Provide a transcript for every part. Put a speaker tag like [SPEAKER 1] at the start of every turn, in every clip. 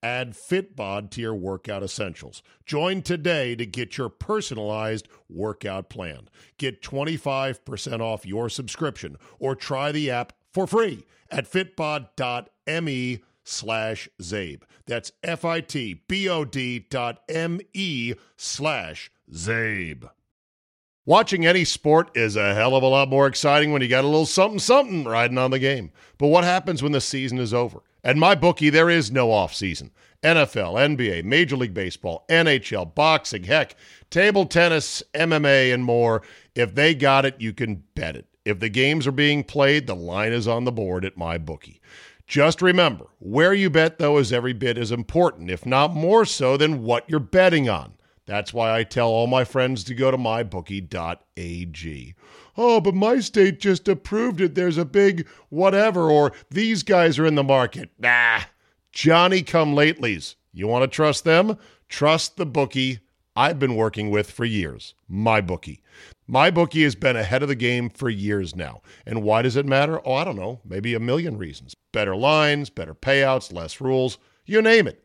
[SPEAKER 1] Add Fitbod to your workout essentials. Join today to get your personalized workout plan. Get 25% off your subscription or try the app for free at fitbod.me E slash Zabe. That's F-I-T-B-O-D dot M-E slash Zabe. Watching any sport is a hell of a lot more exciting when you got a little something something riding on the game. But what happens when the season is over? And my bookie, there is no off season. NFL, NBA, Major League Baseball, NHL, boxing, heck, table tennis, MMA, and more. If they got it, you can bet it. If the games are being played, the line is on the board at my bookie. Just remember, where you bet though is every bit as important, if not more so than what you're betting on. That's why I tell all my friends to go to mybookie.ag. Oh, but my state just approved it. There's a big whatever, or these guys are in the market. Nah, Johnny come latelys. You want to trust them? Trust the bookie I've been working with for years, my bookie. My bookie has been ahead of the game for years now. And why does it matter? Oh, I don't know. Maybe a million reasons. Better lines, better payouts, less rules, you name it.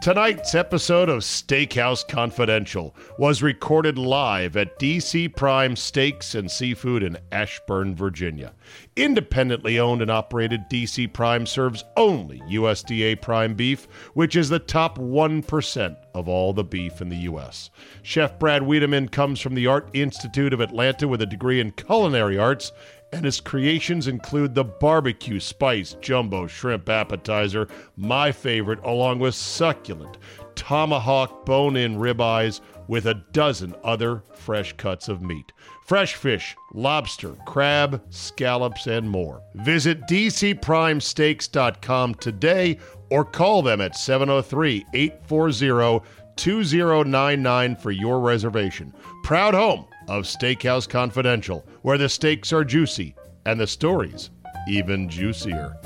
[SPEAKER 1] Tonight's episode of Steakhouse Confidential was recorded live at DC Prime Steaks and Seafood in Ashburn, Virginia. Independently owned and operated, DC Prime serves only USDA prime beef, which is the top 1% of all the beef in the U.S. Chef Brad Wiedemann comes from the Art Institute of Atlanta with a degree in culinary arts and his creations include the barbecue spice jumbo shrimp appetizer, my favorite, along with succulent tomahawk bone in ribeyes with a dozen other fresh cuts of meat. Fresh fish, lobster, crab, scallops, and more. Visit dcprimesteaks.com today or call them at 703 840 2099 for your reservation. Proud home of Steakhouse Confidential, where the steaks are juicy and the stories even juicier.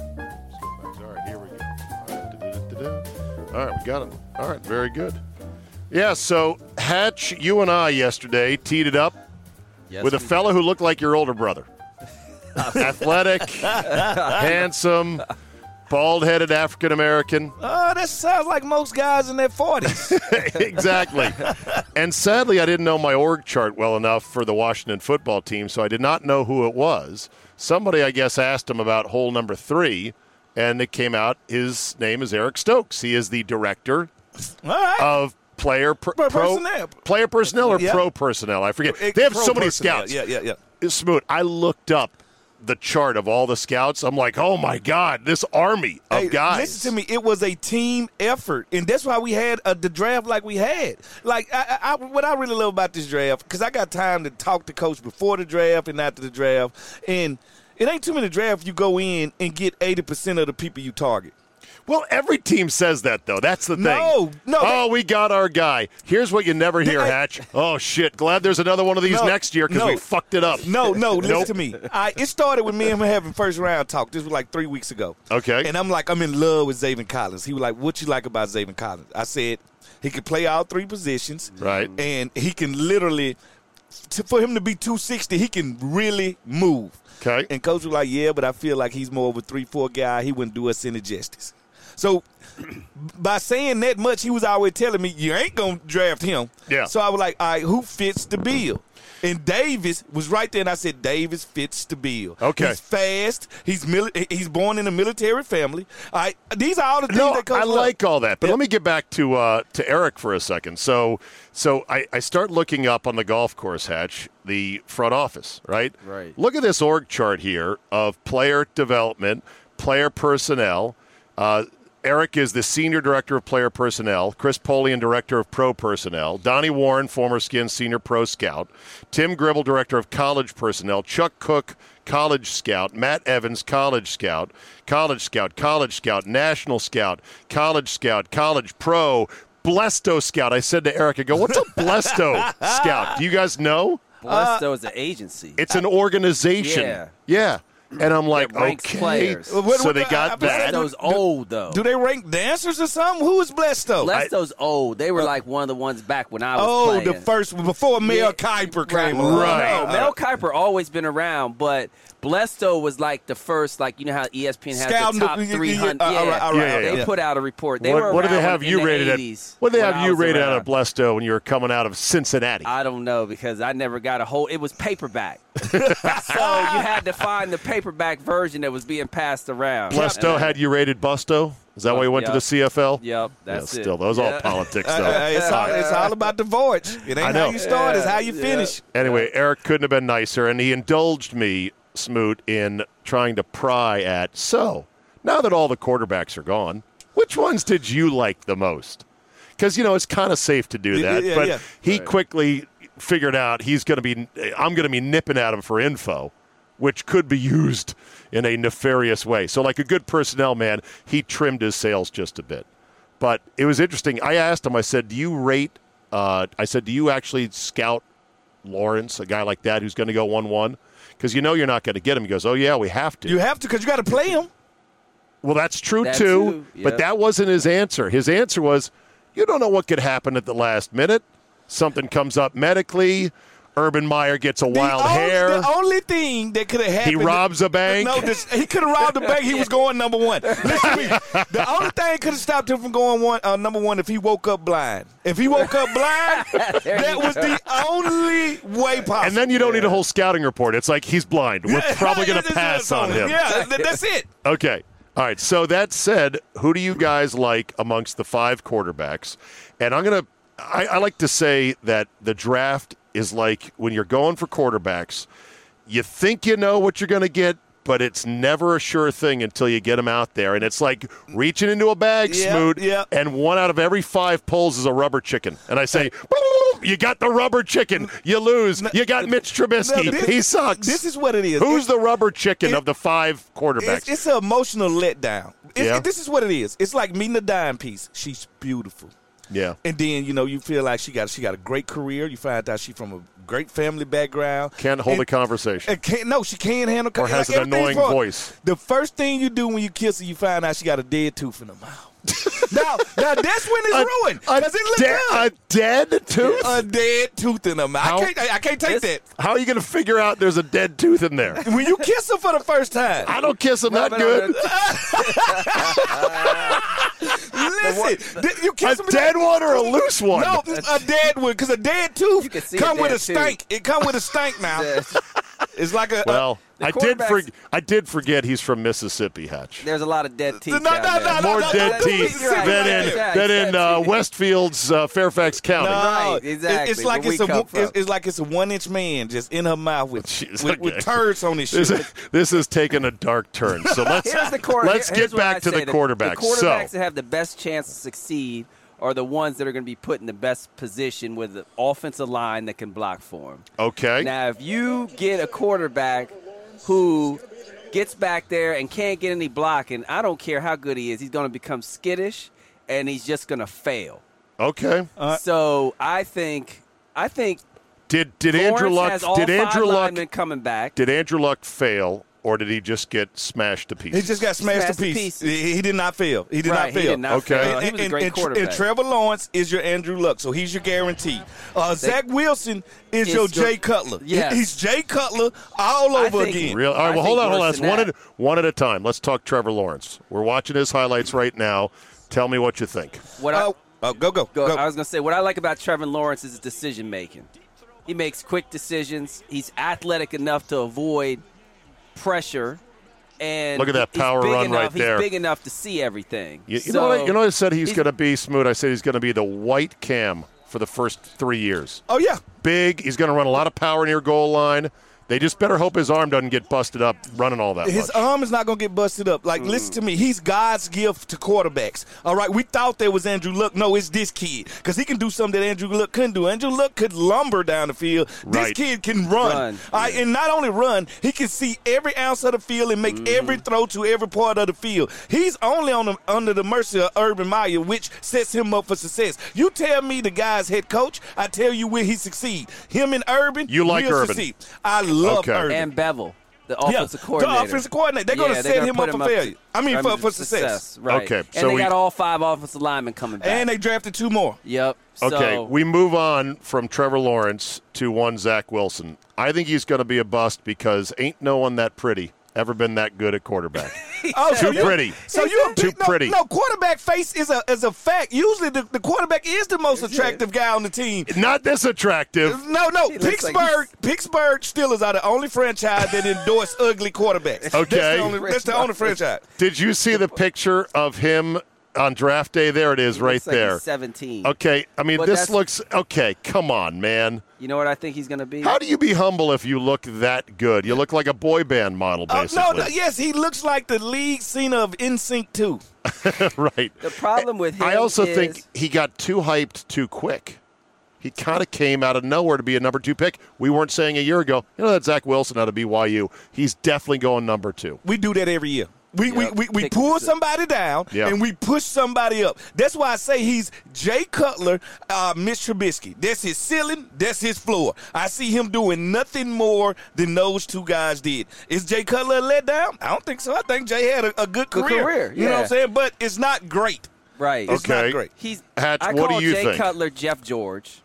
[SPEAKER 1] All right, here we go. All right, da-da-da-da-da. All right, we got it. All right, very good. Yeah, so Hatch, you and I yesterday teed it up
[SPEAKER 2] Yes,
[SPEAKER 1] with a
[SPEAKER 2] we
[SPEAKER 1] fella who looked like your older brother. Athletic, handsome, bald headed African American.
[SPEAKER 3] Uh, that sounds like most guys in their forties.
[SPEAKER 1] exactly. And sadly, I didn't know my org chart well enough for the Washington football team, so I did not know who it was. Somebody, I guess, asked him about hole number three, and it came out his name is Eric Stokes. He is the director
[SPEAKER 3] All right.
[SPEAKER 1] of player per-
[SPEAKER 3] Pro-
[SPEAKER 1] pro-
[SPEAKER 3] personnel.
[SPEAKER 1] player personnel or
[SPEAKER 3] Yeah.
[SPEAKER 1] pro personnel. I forget.
[SPEAKER 3] It-
[SPEAKER 1] they have so
[SPEAKER 3] pro
[SPEAKER 1] many
[SPEAKER 3] personnel.
[SPEAKER 1] scouts.
[SPEAKER 3] Yeah, yeah, yeah.
[SPEAKER 1] Smoot, I looked up the chart of all the scouts. I'm like, oh my god, this army of
[SPEAKER 3] Hey,
[SPEAKER 1] guys.
[SPEAKER 3] Listen to me. It was a team effort, and that's why we had uh, the draft like we had. Like, I, I, I- what I really love about this draft, because I got time to talk to coach before the draft and after the draft, and it ain't too many drafts you go in and get eighty percent of the people you target.
[SPEAKER 1] Well, every team says that though. That's the thing.
[SPEAKER 3] No, no,
[SPEAKER 1] Oh, we got our guy. Here's what you never hear,
[SPEAKER 3] They-
[SPEAKER 1] Hatch. Oh shit! Glad there's another one of these
[SPEAKER 3] No,
[SPEAKER 1] next year because we
[SPEAKER 3] no.
[SPEAKER 1] fucked it up.
[SPEAKER 3] No, no, listen
[SPEAKER 1] Nope.
[SPEAKER 3] to me. I, it started with me and him having first round talk. This was like three weeks ago.
[SPEAKER 1] Okay.
[SPEAKER 3] And I'm like, I'm in love with Zayvon Collins. He was like, What you like about Zayvon Collins? I said, He can play all three positions.
[SPEAKER 1] Right.
[SPEAKER 3] And he can literally to, for him to be 260, he can really move.
[SPEAKER 1] Okay.
[SPEAKER 3] And coach was like, yeah, but I feel like he's more of a 3 4 guy. He wouldn't do us any justice. So by saying that much, he was always telling me, you ain't going to draft him.
[SPEAKER 1] Yeah.
[SPEAKER 3] So I was like, all right, who fits the bill? And Davis was right there, and I said, Davis fits the bill.
[SPEAKER 1] Okay.
[SPEAKER 3] He's fast. He's mili- he's born in a military family. I, these are all the things
[SPEAKER 1] No,
[SPEAKER 3] that coach
[SPEAKER 1] I
[SPEAKER 3] was
[SPEAKER 1] like all that, but
[SPEAKER 3] Yeah.
[SPEAKER 1] let me get back to uh, to Eric for a second. So, so I, I start looking up on the golf course hatch the front office, right?
[SPEAKER 2] Right.
[SPEAKER 1] Look at this org chart here of player development, player personnel. Uh, Eric is the senior director of player personnel. Chris Polian, director of pro personnel. Donnie Warren, former Skin senior pro scout. Tim Gribble, director of college personnel. Chuck Cook, college scout. Matt Evans, college scout. College scout, college scout, national scout, college scout, college pro, blesto scout. I said to Eric, I go, what's a blesto scout? Do you guys know? Uh,
[SPEAKER 2] Blesto is an agency.
[SPEAKER 1] It's an organization.
[SPEAKER 2] Yeah.
[SPEAKER 1] Yeah. And I'm like,
[SPEAKER 2] That ranks
[SPEAKER 1] okay.
[SPEAKER 2] players.
[SPEAKER 3] Well, what-
[SPEAKER 1] so
[SPEAKER 3] what-
[SPEAKER 1] they
[SPEAKER 3] I- I
[SPEAKER 1] got
[SPEAKER 3] said
[SPEAKER 1] that.
[SPEAKER 3] those-
[SPEAKER 2] Blesto's old though.
[SPEAKER 3] Do they rank dancers or something? Who is Blesto?
[SPEAKER 2] Blesto's old. They were like one of the ones back when I was
[SPEAKER 3] oh,
[SPEAKER 2] playing.
[SPEAKER 3] the first one before Mel
[SPEAKER 2] Yeah,
[SPEAKER 3] Kiper
[SPEAKER 2] right.
[SPEAKER 3] came Oh,
[SPEAKER 2] Well,
[SPEAKER 3] around.
[SPEAKER 1] Right.
[SPEAKER 2] No, Mel Kiper always been around, but Blesto was like the first. Like you know how E ESPN has
[SPEAKER 3] Scouting
[SPEAKER 2] the
[SPEAKER 3] the-
[SPEAKER 2] top
[SPEAKER 3] yeah, yeah,
[SPEAKER 2] three hundred.
[SPEAKER 3] yeah, all right, all
[SPEAKER 1] right, all
[SPEAKER 2] they
[SPEAKER 3] right.
[SPEAKER 2] put out a report. They were
[SPEAKER 1] What, what do they
[SPEAKER 2] around
[SPEAKER 1] have
[SPEAKER 2] in
[SPEAKER 1] you
[SPEAKER 2] the
[SPEAKER 1] rated
[SPEAKER 2] 80s
[SPEAKER 1] at? What do they
[SPEAKER 2] when
[SPEAKER 1] have
[SPEAKER 2] I
[SPEAKER 1] you
[SPEAKER 2] was
[SPEAKER 1] rated out
[SPEAKER 2] around.
[SPEAKER 1] of Blesto when you were coming out of Cincinnati?
[SPEAKER 2] I don't know because I never got a whole. It was paperback, so you had to find the paperback version that was being passed around.
[SPEAKER 1] Blesto
[SPEAKER 2] And I-
[SPEAKER 1] had you rated Busto? Is that why you went
[SPEAKER 2] Yeah.
[SPEAKER 1] to the CFL?
[SPEAKER 2] Yep, that's
[SPEAKER 1] yeah,
[SPEAKER 2] it.
[SPEAKER 1] Still, those all
[SPEAKER 2] Yeah.
[SPEAKER 1] politics
[SPEAKER 3] Uh,
[SPEAKER 1] though.
[SPEAKER 3] uh, it's, all, it's all about the voyage. It
[SPEAKER 1] I
[SPEAKER 3] ain't
[SPEAKER 1] know.
[SPEAKER 3] how you start, it's how you finish.
[SPEAKER 1] Anyway, Eric couldn't have been nicer, and he indulged me, Smoot, in trying to pry at. So, now that all the quarterbacks are gone, which ones did you like the most? Because, you know, it's kind of safe to do
[SPEAKER 3] Yeah,
[SPEAKER 1] that,
[SPEAKER 3] yeah,
[SPEAKER 1] but
[SPEAKER 3] yeah.
[SPEAKER 1] he quickly figured out he's going to be, I'm going to be nipping at him for info, which could be used in a nefarious way. So, like a good personnel man, he trimmed his sails just a bit. But it was interesting. I asked him, I said, Do you rate, uh, I said, Do you actually scout Lawrence, a guy like that who's going to go 1 1? Because you know you're not going to get him. He goes, Oh, yeah, we have to.
[SPEAKER 3] You have to because you got to play him.
[SPEAKER 1] well, that's true
[SPEAKER 2] That
[SPEAKER 1] too.
[SPEAKER 2] too,
[SPEAKER 1] But
[SPEAKER 2] yeah.
[SPEAKER 1] that wasn't his answer. His answer was, You don't know what could happen at the last minute. Something comes up medically. Urban Meyer gets a wild
[SPEAKER 3] the, only,
[SPEAKER 1] hair.
[SPEAKER 3] the only thing that could have happened.
[SPEAKER 1] robs a bank.
[SPEAKER 3] No, this, he could have robbed a bank. He was going number one. Listen to me. The only thing could have stopped him from going one uh, number one if he woke up blind. If he woke up blind, that was the only way possible.
[SPEAKER 1] and then you don't need a whole scouting report. It's like he's blind. We're probably going to
[SPEAKER 3] That's
[SPEAKER 1] pass
[SPEAKER 3] it,
[SPEAKER 1] on him.
[SPEAKER 3] Yeah, th- that's it.
[SPEAKER 1] Okay. All right. So that said, who do you guys like amongst the five quarterbacks? And I'm gonna. I, I like to say that the draft is like when you're going for quarterbacks, you think you know what you're gonna get. But it's never a sure thing until you get them out there, and it's like reaching into a bag,
[SPEAKER 3] Yeah,
[SPEAKER 1] Smoot,
[SPEAKER 3] yeah.
[SPEAKER 1] and one out of every five pulls is a rubber chicken. And I say, "Boom, you got the rubber chicken, you lose. You got Mitch Trubisky,
[SPEAKER 3] No, this-
[SPEAKER 1] he sucks.
[SPEAKER 3] This is what it is.
[SPEAKER 1] Who's
[SPEAKER 3] It-
[SPEAKER 1] the rubber chicken
[SPEAKER 3] it-
[SPEAKER 1] of the five quarterbacks?
[SPEAKER 3] It's, it's an emotional letdown. It's,
[SPEAKER 1] Yeah.
[SPEAKER 3] this is what it is. It's like meeting a dime piece. She's beautiful,
[SPEAKER 1] yeah.
[SPEAKER 3] and then you know you feel like she got she got a great career. You find out she's from a great family background.
[SPEAKER 1] Can't hold
[SPEAKER 3] and,
[SPEAKER 1] a conversation.
[SPEAKER 3] and can't, no, she can't handle.
[SPEAKER 1] Or has
[SPEAKER 3] like,
[SPEAKER 1] an
[SPEAKER 3] everything's
[SPEAKER 1] annoying
[SPEAKER 3] wrong.
[SPEAKER 1] voice.
[SPEAKER 3] The first thing you do when you kiss her, you find out she got a dead tooth in her mouth. now, now that's when it's ruined because it looks
[SPEAKER 1] de- a dead tooth?
[SPEAKER 3] A dead tooth in her mouth.
[SPEAKER 1] How-
[SPEAKER 3] I can't. I, I can't take
[SPEAKER 2] This-
[SPEAKER 1] How are you going to figure out there's a dead tooth in there?
[SPEAKER 3] that. When you kiss her for the first time,
[SPEAKER 1] I don't kiss them that
[SPEAKER 2] Rubbing on
[SPEAKER 1] good.
[SPEAKER 3] Listen, th- you
[SPEAKER 1] A
[SPEAKER 3] kiss me
[SPEAKER 1] dead one or a loose one?
[SPEAKER 3] No, a dead one because a dead tooth
[SPEAKER 2] can see
[SPEAKER 3] come
[SPEAKER 2] a
[SPEAKER 3] with a
[SPEAKER 2] dead tooth.
[SPEAKER 3] stink. It come with a stink now.
[SPEAKER 2] Yes.
[SPEAKER 3] it's like a
[SPEAKER 1] Well,
[SPEAKER 2] The
[SPEAKER 1] I did
[SPEAKER 2] quarterbacks-
[SPEAKER 1] forg I did forget he's from Mississippi, Hatch.
[SPEAKER 2] There's a lot of dead teeth.
[SPEAKER 3] No, no,
[SPEAKER 2] down there.
[SPEAKER 3] no,
[SPEAKER 1] More
[SPEAKER 3] no.
[SPEAKER 1] dead
[SPEAKER 3] don't do
[SPEAKER 1] teeth
[SPEAKER 3] Mississippi
[SPEAKER 1] than
[SPEAKER 3] right
[SPEAKER 1] in,
[SPEAKER 2] there.
[SPEAKER 1] than in uh,
[SPEAKER 2] Exactly.
[SPEAKER 1] Westfield's uh, Fairfax County.
[SPEAKER 3] No,
[SPEAKER 2] Right,
[SPEAKER 3] it- It's
[SPEAKER 2] exactly,
[SPEAKER 3] like
[SPEAKER 2] where
[SPEAKER 3] it's
[SPEAKER 2] we
[SPEAKER 3] a
[SPEAKER 2] come
[SPEAKER 3] wo- it's,
[SPEAKER 2] from.
[SPEAKER 3] it's like it's a one inch man just in her mouth with
[SPEAKER 1] Jeez,
[SPEAKER 3] with, with
[SPEAKER 1] okay.
[SPEAKER 3] turds on his
[SPEAKER 1] This,
[SPEAKER 3] shit.
[SPEAKER 1] this has taken a dark turn. So let's
[SPEAKER 2] Here's the quarter-
[SPEAKER 1] let's
[SPEAKER 2] here's
[SPEAKER 1] get
[SPEAKER 2] what I
[SPEAKER 1] back to
[SPEAKER 2] say.
[SPEAKER 1] the quarterbacks.
[SPEAKER 2] The quarterbacks
[SPEAKER 1] so
[SPEAKER 2] that have the best chance to succeed are the ones that are going to be put in the best position with the offensive line that can block for them.
[SPEAKER 1] okay,
[SPEAKER 2] Now, if you get a quarterback who gets back there and can't get any blocking, I don't care how good he is, he's going to become skittish and he's just going to fail.
[SPEAKER 1] okay.
[SPEAKER 2] so I think, I think
[SPEAKER 1] Did did
[SPEAKER 2] Lawrence
[SPEAKER 1] Andrew
[SPEAKER 2] has
[SPEAKER 1] Luck
[SPEAKER 2] all
[SPEAKER 1] did
[SPEAKER 2] five
[SPEAKER 1] Andrew Luck
[SPEAKER 2] linemen coming back.
[SPEAKER 1] did Andrew Luck fail or did he just get smashed to pieces?
[SPEAKER 3] He just got smashed, to
[SPEAKER 2] Smashed to
[SPEAKER 3] pieces.
[SPEAKER 2] pieces.
[SPEAKER 3] He, he did not fail. He did
[SPEAKER 2] Right,
[SPEAKER 3] not
[SPEAKER 2] he
[SPEAKER 3] fail.
[SPEAKER 2] did not
[SPEAKER 1] Okay. fail.
[SPEAKER 2] He was a
[SPEAKER 3] And- and-
[SPEAKER 2] great
[SPEAKER 3] and-
[SPEAKER 2] quarterback.
[SPEAKER 3] And Trevor Lawrence is your Andrew Luck, so he's your guarantee. Uh, Zach Wilson is
[SPEAKER 2] It's
[SPEAKER 3] your
[SPEAKER 2] your-
[SPEAKER 3] Jay Cutler.
[SPEAKER 2] Yes.
[SPEAKER 3] He's Jay Cutler all
[SPEAKER 2] I
[SPEAKER 3] over
[SPEAKER 2] think-
[SPEAKER 3] again.
[SPEAKER 1] Real. All right.
[SPEAKER 2] I
[SPEAKER 1] Well, hold
[SPEAKER 2] think
[SPEAKER 1] on, hold on.
[SPEAKER 2] worse
[SPEAKER 1] That's
[SPEAKER 2] than
[SPEAKER 1] one at
[SPEAKER 2] that.
[SPEAKER 1] one at a time. Let's talk Trevor Lawrence. We're watching his highlights right now. Tell me what you think.
[SPEAKER 2] What I,
[SPEAKER 3] Oh, oh, go, go,
[SPEAKER 2] go,
[SPEAKER 3] go.
[SPEAKER 2] I was gonna say what I like about Trevor Lawrence is his decision making. He makes quick decisions. He's athletic enough to avoid pressure. And
[SPEAKER 1] Look at that
[SPEAKER 2] he's
[SPEAKER 1] power
[SPEAKER 2] big
[SPEAKER 1] run
[SPEAKER 2] enough,
[SPEAKER 1] right there.
[SPEAKER 2] He's big enough to see everything.
[SPEAKER 1] You, you
[SPEAKER 2] so,
[SPEAKER 1] know, what I, you know what I said he's,
[SPEAKER 2] he's-
[SPEAKER 1] going to be smooth. I said he's going to be the white cam for the first three years.
[SPEAKER 3] oh, yeah.
[SPEAKER 1] Big. He's going to run a lot of power near goal line. They just better hope his arm doesn't get busted up running all that
[SPEAKER 3] His
[SPEAKER 1] much.
[SPEAKER 3] arm is not going to get busted up. Like, listen to me. He's God's gift to quarterbacks. All right, we thought there was Andrew Luck. No, it's this kid because he can do something that Andrew Luck couldn't do. Andrew Luck could lumber down the field.
[SPEAKER 1] Right.
[SPEAKER 3] This kid can run.
[SPEAKER 2] Run,
[SPEAKER 3] All right, and not only run, he can see every ounce of the field and make
[SPEAKER 1] Mm-hmm.
[SPEAKER 3] every throw to every part of the field. He's only on the, under the mercy of Urban Meyer, which sets him up for success. You tell me the guy's head coach, I tell you where he succeed. Him and Urban,
[SPEAKER 1] You like
[SPEAKER 3] will
[SPEAKER 1] Urban.
[SPEAKER 3] Succeed. I love
[SPEAKER 1] Okay.
[SPEAKER 3] Urban.
[SPEAKER 2] and Bevel, the offensive coordinator.
[SPEAKER 3] The offensive coordinator. They're going
[SPEAKER 2] Yeah,
[SPEAKER 3] to
[SPEAKER 2] they're
[SPEAKER 3] set
[SPEAKER 2] gonna
[SPEAKER 3] him
[SPEAKER 2] put
[SPEAKER 3] up for failure.
[SPEAKER 2] to-
[SPEAKER 3] I mean, for, for success.
[SPEAKER 2] Right.
[SPEAKER 1] Okay,
[SPEAKER 2] And
[SPEAKER 1] so
[SPEAKER 2] they
[SPEAKER 1] we-
[SPEAKER 2] got all five offensive linemen coming back.
[SPEAKER 3] And they drafted two more.
[SPEAKER 2] yep.
[SPEAKER 1] Okay,
[SPEAKER 2] so-
[SPEAKER 1] we move on from Trevor Lawrence to one Zach Wilson. I think he's going to be a bust because ain't no one that pretty ever been that good at quarterback.
[SPEAKER 3] Oh,
[SPEAKER 1] Too pretty.
[SPEAKER 3] So you
[SPEAKER 1] Too
[SPEAKER 3] no,
[SPEAKER 1] pretty.
[SPEAKER 3] No, quarterback face is a is a fact. Usually, the, the quarterback is the most attractive guy on the team.
[SPEAKER 1] Not this attractive.
[SPEAKER 3] No, no.
[SPEAKER 2] He looks
[SPEAKER 3] Pittsburgh,
[SPEAKER 2] like he's-
[SPEAKER 3] Pittsburgh Steelers are the only franchise that endorse ugly quarterbacks. That's
[SPEAKER 1] Okay.
[SPEAKER 3] the only, that's the only franchise.
[SPEAKER 1] Did you see the picture of him on draft day? There it is,
[SPEAKER 2] He
[SPEAKER 1] right
[SPEAKER 2] looks like he's
[SPEAKER 1] there.
[SPEAKER 2] 17.
[SPEAKER 1] Okay, I mean
[SPEAKER 2] But
[SPEAKER 1] this
[SPEAKER 2] that's-
[SPEAKER 1] looks okay. Come on, man.
[SPEAKER 2] You know what I think he's going to be?
[SPEAKER 1] How do you be humble if you look that good? You look like a boy band model,
[SPEAKER 3] Oh,
[SPEAKER 1] basically.
[SPEAKER 3] no, no, yes, he looks like the lead Cena of NSYNC too.
[SPEAKER 1] right.
[SPEAKER 2] the problem with him
[SPEAKER 1] I also
[SPEAKER 2] is
[SPEAKER 1] think he got too hyped too quick. He kind of came out of nowhere to be a number two pick. We weren't saying a year ago, you know that Zach Wilson out of BYU. He's definitely going number two.
[SPEAKER 3] We do that every year. We, we,
[SPEAKER 2] Yep.
[SPEAKER 3] we, we
[SPEAKER 2] Pick
[SPEAKER 3] pull
[SPEAKER 2] us up.
[SPEAKER 3] somebody down
[SPEAKER 1] Yeah.
[SPEAKER 3] and we push somebody up. That's why I say he's Jay Cutler, uh, Mitch Trubisky. That's his ceiling. That's his floor. I see him doing nothing more than those two guys did. Is Jay Cutler a letdown? I don't think so. I think Jay had a, a good
[SPEAKER 2] Good
[SPEAKER 3] career.
[SPEAKER 2] career,
[SPEAKER 3] You know what I'm
[SPEAKER 2] yeah.
[SPEAKER 3] saying? But it's not great.
[SPEAKER 2] right.
[SPEAKER 3] It's
[SPEAKER 1] Okay.
[SPEAKER 3] not great.
[SPEAKER 2] He's
[SPEAKER 1] Hatch,
[SPEAKER 2] I
[SPEAKER 1] what do
[SPEAKER 2] call
[SPEAKER 1] you
[SPEAKER 2] Jay
[SPEAKER 1] think?
[SPEAKER 2] Cutler, Jeff George.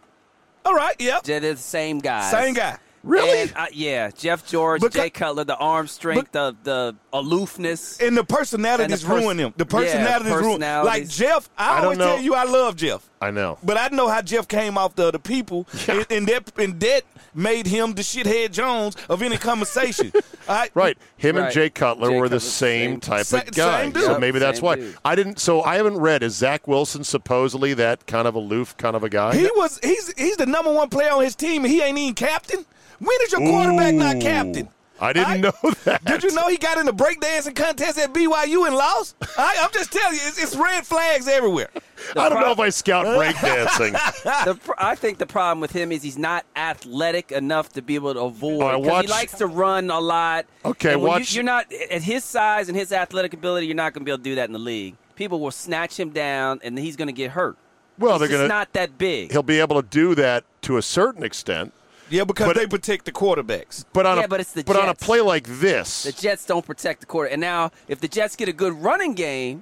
[SPEAKER 3] All right. Yep.
[SPEAKER 2] They're the same guy.
[SPEAKER 3] Same guy.
[SPEAKER 1] Really?
[SPEAKER 2] And, uh, yeah, Jeff George,
[SPEAKER 3] Beca-
[SPEAKER 2] Jay Cutler, the arm strength, the the aloofness.
[SPEAKER 3] And the personalities
[SPEAKER 2] And the pers-
[SPEAKER 3] ruin him. The
[SPEAKER 2] Yeah,
[SPEAKER 3] personalities ruin. Like
[SPEAKER 2] personalities.
[SPEAKER 3] Jeff, I,
[SPEAKER 1] I don't
[SPEAKER 3] always tell
[SPEAKER 1] know.
[SPEAKER 3] you I love Jeff.
[SPEAKER 1] I know.
[SPEAKER 3] But I know how Jeff came off to other people,
[SPEAKER 1] Yeah.
[SPEAKER 3] and, and that and that made him the shithead Jones of any conversation. I,
[SPEAKER 1] Right. Him and
[SPEAKER 2] Right.
[SPEAKER 1] Jay Cutler
[SPEAKER 2] Jay
[SPEAKER 1] were the
[SPEAKER 2] Cutler's the
[SPEAKER 1] same,
[SPEAKER 2] same-
[SPEAKER 1] type
[SPEAKER 3] Sa-
[SPEAKER 1] of guy.
[SPEAKER 3] same dude.
[SPEAKER 1] So
[SPEAKER 2] Yep,
[SPEAKER 1] maybe that's
[SPEAKER 2] same
[SPEAKER 1] why
[SPEAKER 2] dude.
[SPEAKER 1] I didn't. So I haven't read. Is Zach Wilson supposedly that kind of aloof kind of a guy?
[SPEAKER 3] He was he's he's the number one player on his team, and he ain't even captain. When is your quarterback not
[SPEAKER 1] Ooh.
[SPEAKER 3] captain?
[SPEAKER 1] I didn't
[SPEAKER 3] I-
[SPEAKER 1] know that.
[SPEAKER 3] Did you know he got in the breakdancing contest at BYU and lost? I, I'm just telling you, it's, it's red flags everywhere.
[SPEAKER 1] I don't know if I scout breakdancing.
[SPEAKER 2] The pr- I think the problem with him is he's not athletic enough to be able to avoid.
[SPEAKER 1] All right,
[SPEAKER 2] 'cause
[SPEAKER 1] watch-
[SPEAKER 2] He likes to run a lot.
[SPEAKER 1] Okay,
[SPEAKER 2] And when
[SPEAKER 1] watch-
[SPEAKER 2] You, are not at his size and his athletic ability. You're not going to be able to do that in the league. People will snatch him down, and he's going to get hurt.
[SPEAKER 1] Well,
[SPEAKER 2] He's
[SPEAKER 1] Oh, they're
[SPEAKER 2] just
[SPEAKER 1] gonna-
[SPEAKER 2] not that big.
[SPEAKER 1] He'll be able to do that to a certain extent,
[SPEAKER 3] Yeah, because
[SPEAKER 1] But-
[SPEAKER 3] they protect the quarterbacks.
[SPEAKER 1] but on
[SPEAKER 2] Yeah,
[SPEAKER 1] a
[SPEAKER 2] but it's the
[SPEAKER 1] on a
[SPEAKER 2] Jets.
[SPEAKER 1] play like this,
[SPEAKER 2] The Jets don't protect the quarter. And now, if the Jets get a good running game,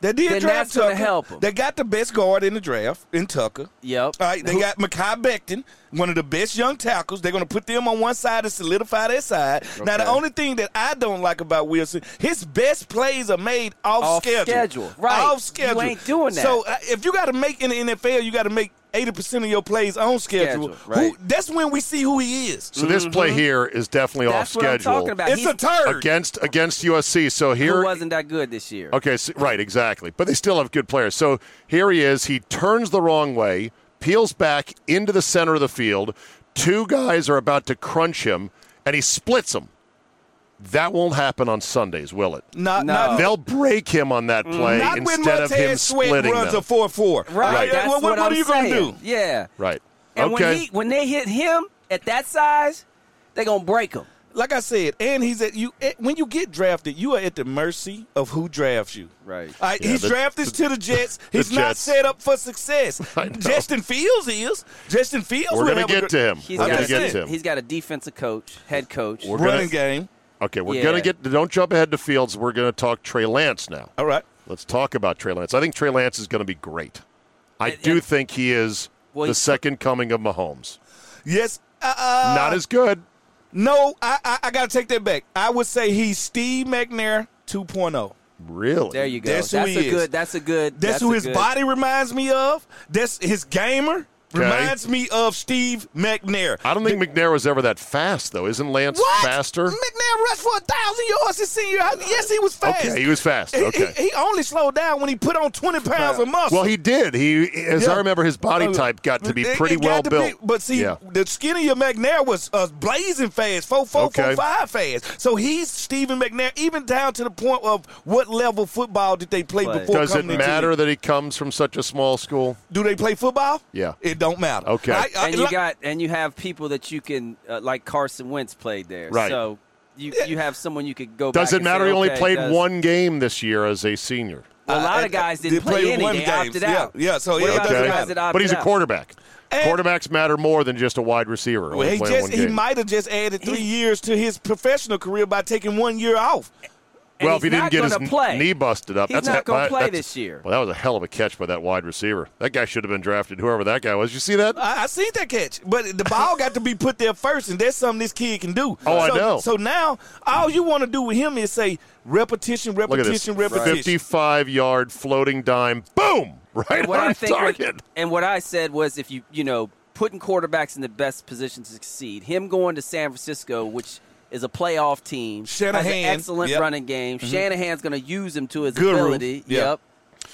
[SPEAKER 3] They did
[SPEAKER 2] Then
[SPEAKER 3] draft
[SPEAKER 2] that's gonna
[SPEAKER 3] Tucker.
[SPEAKER 2] help 'em.
[SPEAKER 3] They got the best guard in the draft in Tucker.
[SPEAKER 2] Yep.
[SPEAKER 3] All right, they
[SPEAKER 2] Who-
[SPEAKER 3] got Makai Becton, one of the best young tackles. They're going to put them on one side and solidify their side. Now, the
[SPEAKER 2] Okay.
[SPEAKER 3] only thing that I don't like about Wilson, his best plays are made off,
[SPEAKER 2] Off
[SPEAKER 3] schedule.
[SPEAKER 2] schedule, right.
[SPEAKER 3] Off
[SPEAKER 2] You
[SPEAKER 3] schedule.
[SPEAKER 2] ain't doing that.
[SPEAKER 3] So, uh, if you got to make in the NFL, you got to make 80% of your plays on schedule.
[SPEAKER 2] Schedule, right.
[SPEAKER 3] Who, that's when we see who he is.
[SPEAKER 1] so this play here is definitely
[SPEAKER 2] Mm-hmm.
[SPEAKER 1] off
[SPEAKER 2] that's what I'm
[SPEAKER 1] schedule
[SPEAKER 2] talking about.
[SPEAKER 3] it's
[SPEAKER 2] He's-
[SPEAKER 3] a turd.
[SPEAKER 1] against against USC. So
[SPEAKER 2] Who
[SPEAKER 1] here,
[SPEAKER 2] wasn't that good this year?
[SPEAKER 1] okay, so, right, exactly. But they still have good players. So here he is. He turns the wrong way, peels back into the center of the field. Two guys are about to crunch him, and he splits them. That won't happen on Sundays, will it?
[SPEAKER 3] Not,
[SPEAKER 2] No. Mm.
[SPEAKER 3] not,
[SPEAKER 1] They'll break him on that play
[SPEAKER 3] not when
[SPEAKER 1] instead of him
[SPEAKER 3] Montez Sweat
[SPEAKER 1] splitting
[SPEAKER 3] runs
[SPEAKER 1] them.
[SPEAKER 3] a 4 4.
[SPEAKER 2] Right. That's
[SPEAKER 3] uh, What, what
[SPEAKER 2] I'm
[SPEAKER 3] are you going to
[SPEAKER 2] saying.
[SPEAKER 3] do?
[SPEAKER 2] Yeah.
[SPEAKER 1] right.
[SPEAKER 2] And
[SPEAKER 1] okay.
[SPEAKER 2] when he when they hit him at that size, they gonna break him.
[SPEAKER 3] like I said, and he's at you eh, when you get drafted, you are at the mercy of who drafts you.
[SPEAKER 2] Right.
[SPEAKER 3] All right
[SPEAKER 1] Yeah,
[SPEAKER 3] he's
[SPEAKER 1] the-
[SPEAKER 3] drafted to the Jets. He's not
[SPEAKER 1] Jets.
[SPEAKER 3] set up for success.
[SPEAKER 1] I know.
[SPEAKER 3] Justin Fields is. Justin Fields.
[SPEAKER 1] We're
[SPEAKER 3] will
[SPEAKER 1] gonna
[SPEAKER 3] have a
[SPEAKER 1] get
[SPEAKER 3] good-
[SPEAKER 1] to him.
[SPEAKER 2] He's
[SPEAKER 1] We're
[SPEAKER 2] got
[SPEAKER 1] gonna
[SPEAKER 2] a,
[SPEAKER 1] get to him.
[SPEAKER 2] He's got a defensive coach, head coach.
[SPEAKER 1] We're gonna-
[SPEAKER 3] Running game.
[SPEAKER 1] Okay, we're
[SPEAKER 2] Yeah.
[SPEAKER 1] gonna get. Don't jump ahead to Fields. We're gonna talk Trey Lance now.
[SPEAKER 3] All right.
[SPEAKER 1] Let's talk about Trey Lance. I think Trey Lance is gonna be great. I
[SPEAKER 2] And-
[SPEAKER 1] do
[SPEAKER 2] and-
[SPEAKER 1] think he is
[SPEAKER 2] Well,
[SPEAKER 1] the
[SPEAKER 2] he's-
[SPEAKER 1] second coming of Mahomes.
[SPEAKER 3] Yes. Uh, uh,
[SPEAKER 1] Not as good.
[SPEAKER 3] no, I, I I gotta take that back. I would say he's Steve McNair 2.0.
[SPEAKER 1] Really?
[SPEAKER 2] There you go.
[SPEAKER 3] That's
[SPEAKER 2] That's,
[SPEAKER 3] who he
[SPEAKER 2] a
[SPEAKER 3] is.
[SPEAKER 2] good. That's a good.
[SPEAKER 3] That's, who
[SPEAKER 2] a
[SPEAKER 3] his
[SPEAKER 2] good-
[SPEAKER 3] body reminds me of. That's his gamer
[SPEAKER 1] Okay.
[SPEAKER 3] reminds me of Steve McNair.
[SPEAKER 1] I don't think McNair was ever that fast though. Isn't Lance
[SPEAKER 3] What?
[SPEAKER 1] faster?
[SPEAKER 3] McNair rushed for a thousand yards his senior. year. Yes, he was fast.
[SPEAKER 1] Okay, he was fast.
[SPEAKER 3] He-
[SPEAKER 1] Okay.
[SPEAKER 3] He, he only slowed down when he put on twenty pounds of muscle.
[SPEAKER 1] well, he did. He, as
[SPEAKER 3] Yeah.
[SPEAKER 1] I remember, his body
[SPEAKER 3] Uh,
[SPEAKER 1] type got to be
[SPEAKER 3] it-
[SPEAKER 1] pretty
[SPEAKER 3] it got
[SPEAKER 1] well
[SPEAKER 3] to
[SPEAKER 1] built.
[SPEAKER 3] be- but see,
[SPEAKER 1] Yeah.
[SPEAKER 3] the skinnier McNair was uh, blazing fast, four, four,
[SPEAKER 1] Okay.
[SPEAKER 3] four, five fast. So he's Stephen McNair, even down to the point of what level football did they play
[SPEAKER 2] Play.
[SPEAKER 3] before
[SPEAKER 1] Does it
[SPEAKER 3] coming into
[SPEAKER 1] matter
[SPEAKER 3] the-
[SPEAKER 1] that he comes from such a small school?
[SPEAKER 3] Do they play football?
[SPEAKER 1] Yeah.
[SPEAKER 3] it don't matter.
[SPEAKER 1] Okay.
[SPEAKER 2] And you
[SPEAKER 3] like-
[SPEAKER 2] got and you have people that you can uh, like Carson Wentz played there.
[SPEAKER 1] Right.
[SPEAKER 2] So you you have someone you could go.
[SPEAKER 1] Does
[SPEAKER 2] back
[SPEAKER 1] it
[SPEAKER 2] and
[SPEAKER 1] matter?
[SPEAKER 2] say,
[SPEAKER 1] he only
[SPEAKER 2] okay,
[SPEAKER 1] played
[SPEAKER 2] does-
[SPEAKER 1] one game this year as a senior,
[SPEAKER 2] Well, a lot
[SPEAKER 3] Uh,
[SPEAKER 2] of guys
[SPEAKER 3] uh,
[SPEAKER 2] didn't
[SPEAKER 3] did
[SPEAKER 2] play,
[SPEAKER 3] play
[SPEAKER 2] any.
[SPEAKER 3] one
[SPEAKER 2] they
[SPEAKER 3] games.
[SPEAKER 2] opted
[SPEAKER 3] Yeah,
[SPEAKER 2] out.
[SPEAKER 3] yeah, so
[SPEAKER 2] what
[SPEAKER 3] it
[SPEAKER 2] about the
[SPEAKER 3] doesn't
[SPEAKER 2] guys
[SPEAKER 3] matter.
[SPEAKER 2] that opted
[SPEAKER 1] but he's a
[SPEAKER 2] out?
[SPEAKER 1] quarterback.
[SPEAKER 3] And-
[SPEAKER 1] Quarterbacks matter more than just a wide receiver.
[SPEAKER 3] Well,
[SPEAKER 1] only
[SPEAKER 3] he
[SPEAKER 1] playing
[SPEAKER 3] just
[SPEAKER 1] one
[SPEAKER 3] he
[SPEAKER 1] game.
[SPEAKER 3] might have just added three years to his professional career by taking one year off.
[SPEAKER 2] And
[SPEAKER 1] well, if
[SPEAKER 2] he's
[SPEAKER 1] he didn't
[SPEAKER 2] not
[SPEAKER 1] get his
[SPEAKER 2] gonna
[SPEAKER 1] kn-
[SPEAKER 2] play.
[SPEAKER 1] knee busted up,
[SPEAKER 2] He's
[SPEAKER 1] that's a-
[SPEAKER 2] not gonna
[SPEAKER 1] my-
[SPEAKER 2] play
[SPEAKER 1] that's-
[SPEAKER 2] this year.
[SPEAKER 1] Well, that was a hell of a catch by that wide receiver. That guy should have been drafted. Whoever that guy was, you see
[SPEAKER 2] Uh,
[SPEAKER 1] that?
[SPEAKER 3] I, I seen that catch, but the ball got to be put there first, and that's something this kid can do.
[SPEAKER 1] Oh, I
[SPEAKER 3] so,
[SPEAKER 1] know.
[SPEAKER 3] So now all you want to do with him is say repetition,
[SPEAKER 1] Look at this,
[SPEAKER 3] repetition, repetition.
[SPEAKER 1] fifty-five yard floating dime, boom, right
[SPEAKER 2] what
[SPEAKER 1] on
[SPEAKER 2] I think
[SPEAKER 1] target.
[SPEAKER 2] and what I said was if you you know putting quarterbacks in the best position to succeed, him going to San Francisco, which is a playoff team, has
[SPEAKER 3] Shanahan,
[SPEAKER 2] an excellent
[SPEAKER 3] yep.
[SPEAKER 2] running game.
[SPEAKER 1] Mm-hmm.
[SPEAKER 2] Shanahan's going to use him to his
[SPEAKER 3] Guru,
[SPEAKER 2] ability.
[SPEAKER 3] yeah.
[SPEAKER 2] Yep,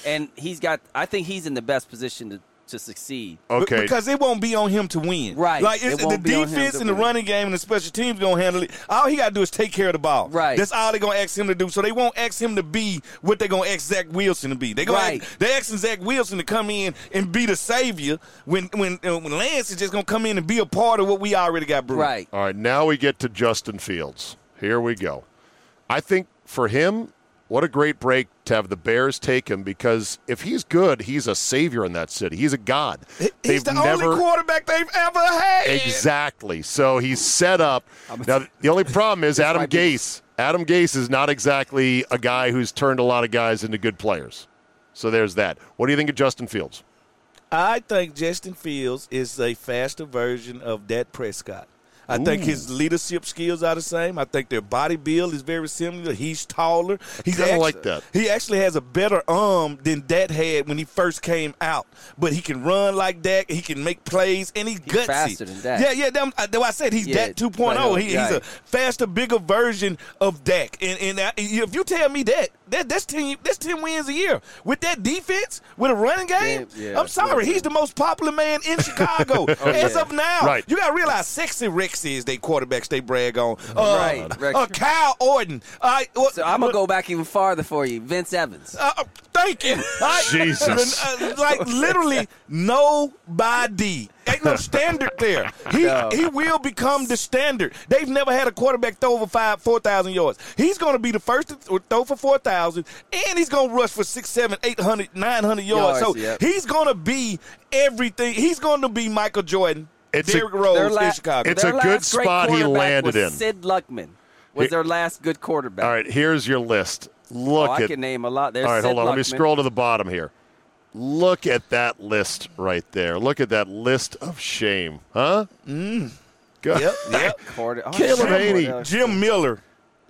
[SPEAKER 2] and he's got. I think he's in the best position to, to succeed.
[SPEAKER 3] B-
[SPEAKER 1] Okay,
[SPEAKER 3] Because it won't be on him to win.
[SPEAKER 2] Right.
[SPEAKER 3] Like it's,
[SPEAKER 2] It
[SPEAKER 3] the
[SPEAKER 2] won't be on him
[SPEAKER 3] defense
[SPEAKER 2] to
[SPEAKER 3] and the
[SPEAKER 2] win.
[SPEAKER 3] running game and the special teams gonna handle it. All he gotta do is take care of the ball.
[SPEAKER 2] Right.
[SPEAKER 3] That's all they're gonna ask him to do. So they won't ask him to be what they're gonna ask Zach Wilson to be. They gonna
[SPEAKER 2] Right.
[SPEAKER 3] ask, they're asking Zach Wilson to come in and be the savior when when uh, when Lance is just gonna come in and be a part of what we already got brewing.
[SPEAKER 2] Right.
[SPEAKER 1] All right, now we get to Justin Fields. Here we go. I think for him, what a great break to have the Bears take him because if he's good, he's a savior in that city. He's a god.
[SPEAKER 3] He's the only quarterback they've ever had.
[SPEAKER 1] exactly. So he's set up. Now the only problem is Adam
[SPEAKER 2] might be-
[SPEAKER 1] Gase. Adam Gase is not exactly a guy who's turned a lot of guys into good players. So there's that. What do you think of Justin Fields?
[SPEAKER 3] I think Justin Fields is a faster version of Dak Prescott. I think his leadership skills are the same. I think their body build is very similar. He's taller. He's
[SPEAKER 1] kinda
[SPEAKER 3] actu-
[SPEAKER 1] like that.
[SPEAKER 3] He actually has a better arm than Dak had when he first came out. But he can run like Dak. He can make plays, and he he's gutsy.
[SPEAKER 2] faster than Dak.
[SPEAKER 3] Yeah, yeah. Them, uh, though I said he's
[SPEAKER 2] Yeah,
[SPEAKER 3] Dak 2.0.
[SPEAKER 2] right on,
[SPEAKER 3] He, He's a
[SPEAKER 2] right.
[SPEAKER 3] faster, bigger version of Dak. And and I, if you tell me that, that that's ten that's ten wins a year with that defense with a running game game?
[SPEAKER 2] Yeah,
[SPEAKER 3] I'm
[SPEAKER 2] that's
[SPEAKER 3] sorry,
[SPEAKER 2] what it
[SPEAKER 3] he's the most popular man in Chicago as
[SPEAKER 2] yeah.
[SPEAKER 3] of now.
[SPEAKER 1] Right.
[SPEAKER 3] You gotta realize, sexy Rex is they quarterbacks they brag on. Uh,
[SPEAKER 2] Right, Rex.
[SPEAKER 3] Uh, Kyle Orton. I. uh, well,
[SPEAKER 2] So I'm gonna go back even farther for you, Vince Evans.
[SPEAKER 1] Oh,
[SPEAKER 3] uh, uh, thank you. I-
[SPEAKER 1] Jesus.
[SPEAKER 3] uh, like literally nobody. Ain't no standard there. He
[SPEAKER 2] No.
[SPEAKER 3] he will become the standard. They've never had a quarterback throw over five four thousand yards. He's going to be the first to th- throw for four thousand, and he's going to rush for six, seven, eight hundred, nine hundred yards.
[SPEAKER 2] Yards,
[SPEAKER 3] So
[SPEAKER 2] yep.
[SPEAKER 3] he's going to be everything. He's going to be Michael Jordan.
[SPEAKER 1] It's a-
[SPEAKER 3] Derrick Rose
[SPEAKER 2] Their
[SPEAKER 3] in
[SPEAKER 2] la-
[SPEAKER 3] Chicago.
[SPEAKER 1] It's
[SPEAKER 2] their
[SPEAKER 1] a good
[SPEAKER 2] last great
[SPEAKER 1] spot he
[SPEAKER 2] quarterback
[SPEAKER 1] landed
[SPEAKER 2] was
[SPEAKER 1] in.
[SPEAKER 2] Sid Luckman was
[SPEAKER 1] He-
[SPEAKER 2] their last good quarterback.
[SPEAKER 1] All right, here's your list.
[SPEAKER 2] Oh,
[SPEAKER 1] Look
[SPEAKER 2] I
[SPEAKER 1] at
[SPEAKER 2] can name a lot. There's
[SPEAKER 1] All right,
[SPEAKER 2] Sid
[SPEAKER 1] hold on. Let me
[SPEAKER 2] Luckman.
[SPEAKER 1] scroll to the bottom here. Look at that list right there. Look at that list of shame, huh? Mm. Go,
[SPEAKER 3] Yep, yep.
[SPEAKER 2] Quarter- oh,
[SPEAKER 1] Caleb
[SPEAKER 2] yeah.
[SPEAKER 1] Haney.
[SPEAKER 2] Quarter-
[SPEAKER 3] Jim Miller.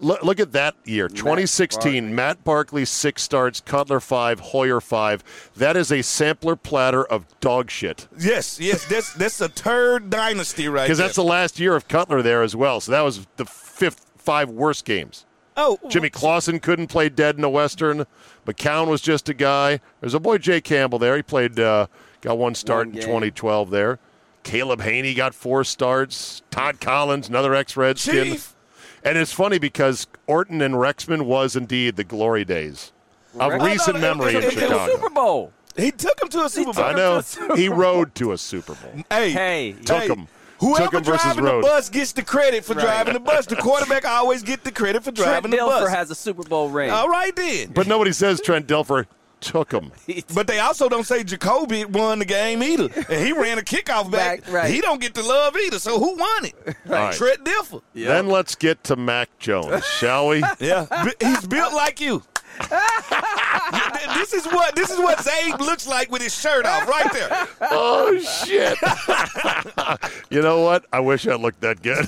[SPEAKER 1] Look, look at that year, 2016. Matt Barkley six starts, Cutler five, Hoyer five. That is a sampler platter of dog shit
[SPEAKER 3] Yes, yes. That's that's a third dynasty right
[SPEAKER 1] because
[SPEAKER 3] there.
[SPEAKER 1] that's the last year of Cutler there as well. So that was the fifth, five worst games.
[SPEAKER 3] oh
[SPEAKER 1] Jimmy Clausen couldn't play dead in a Western. McCown was just a guy. There's a boy Jay Campbell there. He played, uh, got one start
[SPEAKER 2] One
[SPEAKER 1] in
[SPEAKER 2] game.
[SPEAKER 1] 2012 there. Caleb Haney got four starts. Todd Collins, another ex-Redskin.
[SPEAKER 3] Chief.
[SPEAKER 1] And it's funny because Orton and Rexman was indeed the glory days of
[SPEAKER 2] Rex- Oh, no,
[SPEAKER 1] recent
[SPEAKER 3] it-
[SPEAKER 1] memory in
[SPEAKER 3] it- it- it was
[SPEAKER 2] Super
[SPEAKER 1] Chicago.
[SPEAKER 2] Bowl.
[SPEAKER 3] He took him to a Super Bowl.
[SPEAKER 1] I know
[SPEAKER 2] Super
[SPEAKER 1] he rode to a Super Bowl.
[SPEAKER 3] Hey,
[SPEAKER 2] Hey,
[SPEAKER 1] Took
[SPEAKER 3] hey,
[SPEAKER 1] 'em.
[SPEAKER 3] Whoever
[SPEAKER 1] Took 'em versus
[SPEAKER 3] driving
[SPEAKER 1] road.
[SPEAKER 3] the bus gets the credit for
[SPEAKER 2] Right.
[SPEAKER 3] driving the bus. The quarterback always get the credit for
[SPEAKER 2] Trent
[SPEAKER 3] driving the
[SPEAKER 2] Dilfer
[SPEAKER 3] bus.
[SPEAKER 2] has a Super Bowl ring.
[SPEAKER 3] All right then.
[SPEAKER 1] But nobody says Trent Dilfer took him.
[SPEAKER 3] But they also don't say Jacoby won the game either, and he ran a kickoff back.
[SPEAKER 2] Back, right.
[SPEAKER 3] He don't get the love either. So who won it?
[SPEAKER 1] Right.
[SPEAKER 3] Trent Dilfer.
[SPEAKER 1] Then let's get to Mac Jones, shall we?
[SPEAKER 3] Yeah, B- he's built like you. Yeah, th- this is what this is what Zabe looks like with his shirt off, right there.
[SPEAKER 1] oh shit! you know what? I wish I looked that good.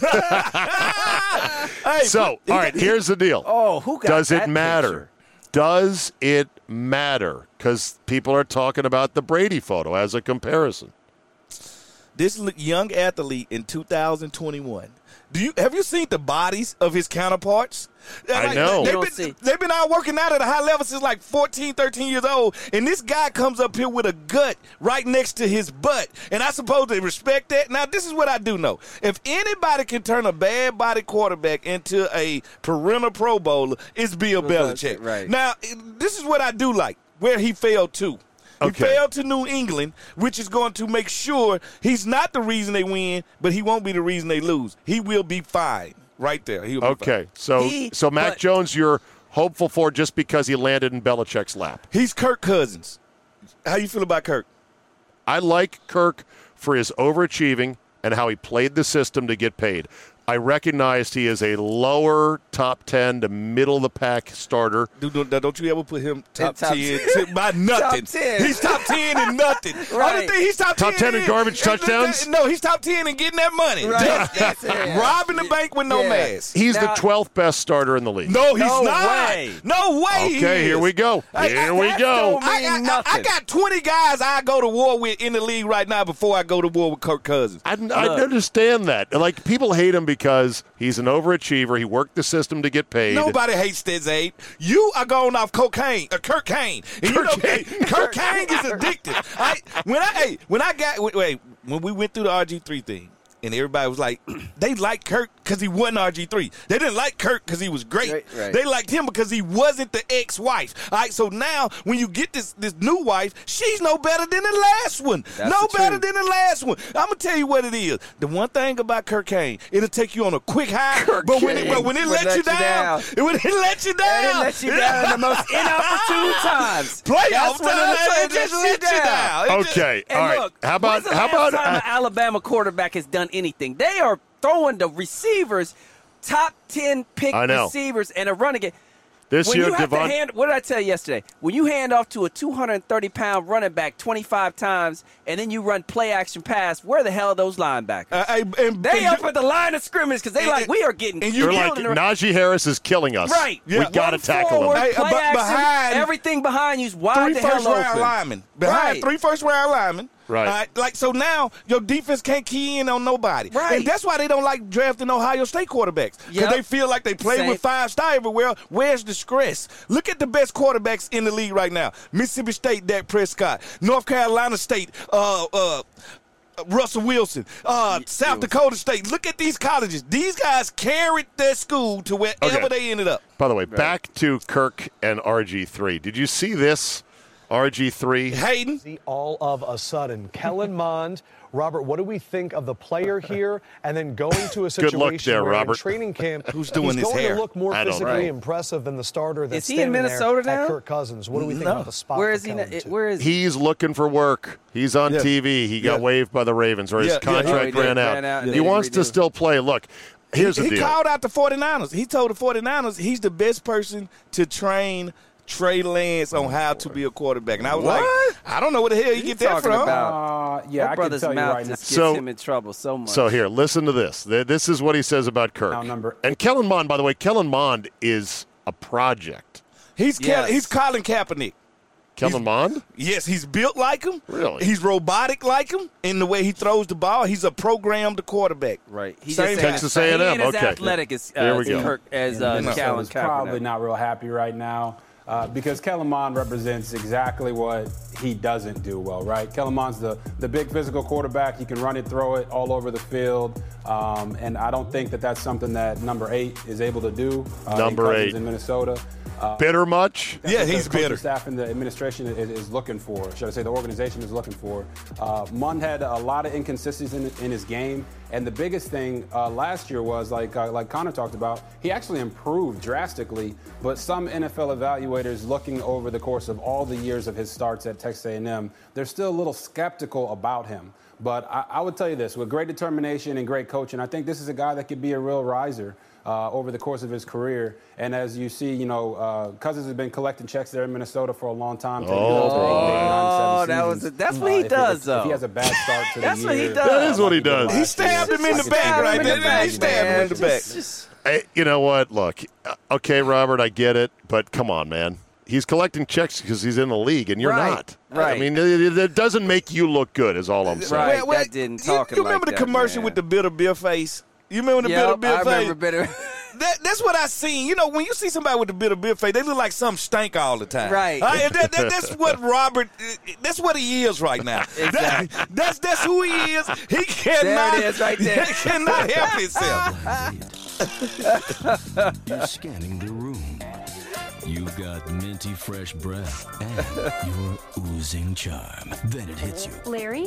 [SPEAKER 3] Hey,
[SPEAKER 1] so, all right, here's the deal.
[SPEAKER 2] Oh, who got
[SPEAKER 1] Does it
[SPEAKER 2] that
[SPEAKER 1] matter?
[SPEAKER 2] picture?
[SPEAKER 1] Does it matter? Because people are talking about the Brady photo as a comparison.
[SPEAKER 3] this l- young athlete in 2021. Do you have you seen the bodies of his counterparts? They're
[SPEAKER 1] I know.
[SPEAKER 3] They've
[SPEAKER 2] You don't
[SPEAKER 3] been,
[SPEAKER 2] see.
[SPEAKER 3] they've been out working out at a high level since like 14, 13 years old, and this guy comes up here with a gut right next to his butt, and I suppose they respect that. Now, this is what I do know: if anybody can turn a bad body quarterback into a perennial Pro Bowler, it's Bill Belichick.
[SPEAKER 2] Belichick, right.
[SPEAKER 3] Now, it- this is what I do like: where he failed to. He
[SPEAKER 1] Okay.
[SPEAKER 3] failed to New England, which is going to make sure he's not the reason they win, but he won't be the reason they lose. He will be fine right there. He'll be
[SPEAKER 1] Okay, so
[SPEAKER 2] He-
[SPEAKER 1] so Mac
[SPEAKER 2] but-
[SPEAKER 1] Jones, you're hopeful for just because he landed in Belichick's lap.
[SPEAKER 3] fine. He's Kirk Cousins. How you feel about Kirk?
[SPEAKER 1] I like Kirk for his overachieving and how he played the system to get paid. I recognized he is a lower top ten to middle of the pack starter.
[SPEAKER 3] Do, do, don't you ever put him top,
[SPEAKER 2] top
[SPEAKER 3] 10,
[SPEAKER 2] ten.
[SPEAKER 3] t- by nothing.
[SPEAKER 2] 10.
[SPEAKER 3] He's top 10 in nothing.
[SPEAKER 2] Right.
[SPEAKER 3] Only thing he's top,
[SPEAKER 1] Top 10 in garbage
[SPEAKER 3] is- is-
[SPEAKER 1] touchdowns?
[SPEAKER 3] No, he's top 10 in getting that money.
[SPEAKER 2] Right.
[SPEAKER 3] That's-
[SPEAKER 2] That's it.
[SPEAKER 3] Robbing the bank with no
[SPEAKER 2] Yeah.
[SPEAKER 3] mask.
[SPEAKER 1] He's
[SPEAKER 2] Now-
[SPEAKER 1] the twelfth best starter in the league.
[SPEAKER 3] No, he's
[SPEAKER 2] No
[SPEAKER 3] not.
[SPEAKER 2] way.
[SPEAKER 3] No way. he
[SPEAKER 1] Okay, here
[SPEAKER 3] is.
[SPEAKER 1] we go.
[SPEAKER 3] I- I-
[SPEAKER 1] Here we
[SPEAKER 2] that's
[SPEAKER 1] go.
[SPEAKER 2] so-
[SPEAKER 3] I,
[SPEAKER 2] mean
[SPEAKER 3] I- I- I
[SPEAKER 2] nothing.
[SPEAKER 3] got 20 guys I go to war with in the league right now before I go to war with Kirk Cousins.
[SPEAKER 1] I, I understand that. Like people hate him because he's an overachiever. He worked the system to get paid.
[SPEAKER 3] Nobody hates that, Zabe. You are going off cocaine, uh, Kirk Kane. And you know, hey, Kirk Kane is addictive. I when I hey, when I got wait, wait when we went through the RG three thing. And everybody was like, they liked Kirk because he wasn't RG3. They didn't like Kirk because he was great.
[SPEAKER 2] Right, right.
[SPEAKER 3] They liked him because he wasn't the ex-wife. All right, so now when you get this this new wife, she's no better than the last one.
[SPEAKER 2] That's
[SPEAKER 3] no
[SPEAKER 2] the
[SPEAKER 3] better
[SPEAKER 2] truth.
[SPEAKER 3] than the last one. I'm gonna tell you what it is. The one thing about Kirk Kane, it'll take you on a quick high,
[SPEAKER 2] Kirk
[SPEAKER 3] but when it,
[SPEAKER 2] Kane
[SPEAKER 3] but when it
[SPEAKER 2] would
[SPEAKER 3] lets
[SPEAKER 2] let
[SPEAKER 3] you
[SPEAKER 2] you
[SPEAKER 3] down,
[SPEAKER 2] down.
[SPEAKER 3] it would it let you down.
[SPEAKER 2] And it let you down in the most inopportune times.
[SPEAKER 3] Playoff
[SPEAKER 2] That's when
[SPEAKER 3] time,
[SPEAKER 2] it
[SPEAKER 3] it
[SPEAKER 2] let
[SPEAKER 3] just
[SPEAKER 2] you
[SPEAKER 3] let you down.
[SPEAKER 2] down.
[SPEAKER 3] It just-
[SPEAKER 1] Okay.
[SPEAKER 2] And
[SPEAKER 1] All right.
[SPEAKER 2] look,
[SPEAKER 1] how about
[SPEAKER 2] when's the
[SPEAKER 1] how
[SPEAKER 2] last
[SPEAKER 1] about
[SPEAKER 2] time
[SPEAKER 1] uh,
[SPEAKER 2] an Alabama quarterback has done anything? They are throwing the receivers, top ten pick
[SPEAKER 1] I know.
[SPEAKER 2] receivers, and a running game.
[SPEAKER 1] this
[SPEAKER 2] When
[SPEAKER 1] year,
[SPEAKER 2] you have
[SPEAKER 1] Devon?
[SPEAKER 2] to hand, what did I tell you yesterday? When you hand off to a 230 pound running back 25 times, and then you run play action pass, where the hell are those linebackers?
[SPEAKER 3] Uh, hey, and- and
[SPEAKER 2] they
[SPEAKER 3] you-
[SPEAKER 2] up at the line of scrimmage because they
[SPEAKER 3] and-
[SPEAKER 2] like we are getting
[SPEAKER 3] and you-
[SPEAKER 1] they're
[SPEAKER 2] killed
[SPEAKER 1] like
[SPEAKER 2] in the
[SPEAKER 1] Najee Harris is killing us.
[SPEAKER 2] Right.
[SPEAKER 1] We
[SPEAKER 3] Yeah.
[SPEAKER 1] got to
[SPEAKER 2] One
[SPEAKER 1] tackle
[SPEAKER 2] forward,
[SPEAKER 1] him.
[SPEAKER 3] Hey,
[SPEAKER 2] play
[SPEAKER 3] but
[SPEAKER 2] action,
[SPEAKER 3] behind-
[SPEAKER 2] everything behind you's wide
[SPEAKER 3] three
[SPEAKER 2] the hell
[SPEAKER 3] first round
[SPEAKER 2] open.
[SPEAKER 3] linemen behind
[SPEAKER 2] Right.
[SPEAKER 3] three first round linemen.
[SPEAKER 1] Right.
[SPEAKER 3] All Like so now your defense can't key in on nobody.
[SPEAKER 2] Right.
[SPEAKER 3] And that's why they don't like drafting Ohio State quarterbacks because
[SPEAKER 2] Yep.
[SPEAKER 3] they feel like they play
[SPEAKER 2] Same.
[SPEAKER 3] with five star everywhere. Where's the stress? Look at the best quarterbacks in the league right now: Mississippi State, Dak Prescott; North Carolina State, uh, uh. Russell Wilson, uh, South Dakota State. Look at these colleges. These guys carried their school to wherever
[SPEAKER 1] Okay.
[SPEAKER 3] they ended up.
[SPEAKER 1] By the way, back to Kirk and RG3. Did you see this? RG3.
[SPEAKER 3] Hayden,
[SPEAKER 4] See all of a sudden. Kellen Mond, Robert, what do we think of the player here? And then going to a
[SPEAKER 1] look
[SPEAKER 4] situation
[SPEAKER 1] there,
[SPEAKER 4] where
[SPEAKER 1] Robert.
[SPEAKER 4] in training camp,
[SPEAKER 3] Who's doing
[SPEAKER 4] he's
[SPEAKER 3] his
[SPEAKER 4] going
[SPEAKER 3] hair?
[SPEAKER 4] to look more
[SPEAKER 1] I don't
[SPEAKER 4] physically
[SPEAKER 1] know.
[SPEAKER 4] impressive than the starter. That's
[SPEAKER 2] Is he in
[SPEAKER 4] standing there
[SPEAKER 2] Minnesota
[SPEAKER 4] at
[SPEAKER 2] now?
[SPEAKER 4] Kirk Cousins. What do we think
[SPEAKER 3] No.
[SPEAKER 4] about the spot?
[SPEAKER 2] Where
[SPEAKER 4] for
[SPEAKER 2] is he?
[SPEAKER 4] Kellen
[SPEAKER 2] now?
[SPEAKER 4] to-
[SPEAKER 2] Where is he?
[SPEAKER 1] He's looking for work. He's on
[SPEAKER 3] Yeah.
[SPEAKER 1] TV. He got
[SPEAKER 3] Yeah.
[SPEAKER 1] waived by the Ravens, or his
[SPEAKER 3] Yeah, yeah.
[SPEAKER 1] contract
[SPEAKER 2] Oh, he did.
[SPEAKER 1] ran, out.
[SPEAKER 2] Ran out and
[SPEAKER 1] He
[SPEAKER 2] they
[SPEAKER 1] wants to
[SPEAKER 2] redo.
[SPEAKER 1] still play. Look, here's
[SPEAKER 3] he
[SPEAKER 1] the deal.
[SPEAKER 3] called out the 49ers. He told the 49ers he's the best person to train Trey Lance on how to be a quarterback. And I was
[SPEAKER 2] What?
[SPEAKER 3] like, I don't know where the hell you get that
[SPEAKER 2] talking
[SPEAKER 3] from.
[SPEAKER 2] about?
[SPEAKER 5] Uh,
[SPEAKER 2] That
[SPEAKER 5] yeah, I can
[SPEAKER 2] brother's
[SPEAKER 5] tell you
[SPEAKER 2] mouth
[SPEAKER 5] right now.
[SPEAKER 2] just gets
[SPEAKER 1] So-
[SPEAKER 2] him in trouble so much.
[SPEAKER 1] So here, listen to this. Th- This is what he says about Kirk.
[SPEAKER 5] Now, number-
[SPEAKER 1] and Kellen Mond, by the way, Kellen Mond is a project.
[SPEAKER 3] He's Ke-
[SPEAKER 2] Yes.
[SPEAKER 3] he's Colin Kaepernick.
[SPEAKER 1] Kellen Mond?
[SPEAKER 3] Yes, he's built like him.
[SPEAKER 1] Really?
[SPEAKER 3] He's robotic like him in the way he throws the ball. He's a programmed quarterback.
[SPEAKER 2] right, he
[SPEAKER 3] Same
[SPEAKER 2] just
[SPEAKER 3] guy.
[SPEAKER 1] Texas
[SPEAKER 2] he ain't
[SPEAKER 1] A&M,
[SPEAKER 2] as
[SPEAKER 1] okay.
[SPEAKER 2] athletic as uh,
[SPEAKER 1] There we go.
[SPEAKER 2] Kirk as
[SPEAKER 5] And
[SPEAKER 2] uh,
[SPEAKER 5] Minnesota
[SPEAKER 2] Colin
[SPEAKER 5] is probably
[SPEAKER 2] Kaepernick.
[SPEAKER 5] not real happy right now uh, because Kellerman represents exactly what he doesn't do well, right? Kellerman's the, the big physical quarterback. He can run it, throw it all over the field. Um, and I don't think that that's something that number eight is able to do. Uh, in
[SPEAKER 1] Number
[SPEAKER 5] Cousins
[SPEAKER 1] eight.
[SPEAKER 5] In Minnesota.
[SPEAKER 2] uh,
[SPEAKER 1] bitter much?
[SPEAKER 5] That's
[SPEAKER 3] Yeah,
[SPEAKER 5] what the
[SPEAKER 3] he's
[SPEAKER 5] coaching
[SPEAKER 3] bitter.
[SPEAKER 5] Staff and the administration is, is looking for. Should I say the organization is looking for? Uh, Munn had a lot of inconsistencies in, in his game, and the biggest thing uh, last year was like uh, like Connor talked about. He actually improved drastically, but some NFL evaluators looking over the course of all the years of his starts at Texas A&M, they're still a little skeptical about him. But I, I would tell you this: with great determination and great coaching, I think this is a guy that could be a real riser uh, over the course of his career. And as you see, you know, uh, Cousins has been collecting checks there in Minnesota for a long time. taking
[SPEAKER 1] Oh,
[SPEAKER 5] those
[SPEAKER 1] bro.
[SPEAKER 5] eight, nine, seven
[SPEAKER 2] Oh, that was-
[SPEAKER 5] seasons. Uh,
[SPEAKER 2] that's what he
[SPEAKER 5] if- if-
[SPEAKER 2] does,
[SPEAKER 5] If he
[SPEAKER 2] though.
[SPEAKER 5] has a bad start to the
[SPEAKER 2] That's what he
[SPEAKER 5] year,
[SPEAKER 2] does. That
[SPEAKER 1] is what he
[SPEAKER 5] like did
[SPEAKER 1] does.
[SPEAKER 5] last
[SPEAKER 1] He
[SPEAKER 5] year.
[SPEAKER 3] stabbed him in the
[SPEAKER 2] Just
[SPEAKER 3] back
[SPEAKER 2] stab
[SPEAKER 3] right
[SPEAKER 2] him in
[SPEAKER 3] there.
[SPEAKER 2] the
[SPEAKER 3] He
[SPEAKER 2] back,
[SPEAKER 3] stabbed him in
[SPEAKER 2] man.
[SPEAKER 3] the back.
[SPEAKER 2] Just- just-
[SPEAKER 1] Hey, you know what? Look, uh, okay, Robert, I get it, but come on, man. He's collecting checks because he's in the league, and you're
[SPEAKER 2] Right,
[SPEAKER 1] not. I
[SPEAKER 2] right.
[SPEAKER 1] mean, it, it- it doesn't make you look good, is all I'm saying.
[SPEAKER 2] Right,
[SPEAKER 3] Wait,
[SPEAKER 2] that
[SPEAKER 3] wait,
[SPEAKER 2] didn't
[SPEAKER 3] you,
[SPEAKER 2] talk
[SPEAKER 3] You remember
[SPEAKER 2] like
[SPEAKER 3] the
[SPEAKER 2] that,
[SPEAKER 3] commercial
[SPEAKER 2] man.
[SPEAKER 3] with the bitter beer face? You remember the bitter
[SPEAKER 2] Yep,
[SPEAKER 3] beer
[SPEAKER 2] I
[SPEAKER 3] face?
[SPEAKER 2] remember bitter.
[SPEAKER 3] That, that's what I seen. You know, when you see somebody with a bit of beer face, they look like some stank all the time.
[SPEAKER 2] Right.
[SPEAKER 3] All that- that- that's what Robert. That's what he is right now. That- that's that's who he is. He cannot.
[SPEAKER 2] it is right there.
[SPEAKER 3] He cannot help himself.
[SPEAKER 6] You're scanning the room. You've got minty fresh breath and your oozing charm. Then it hits you.
[SPEAKER 7] Larry?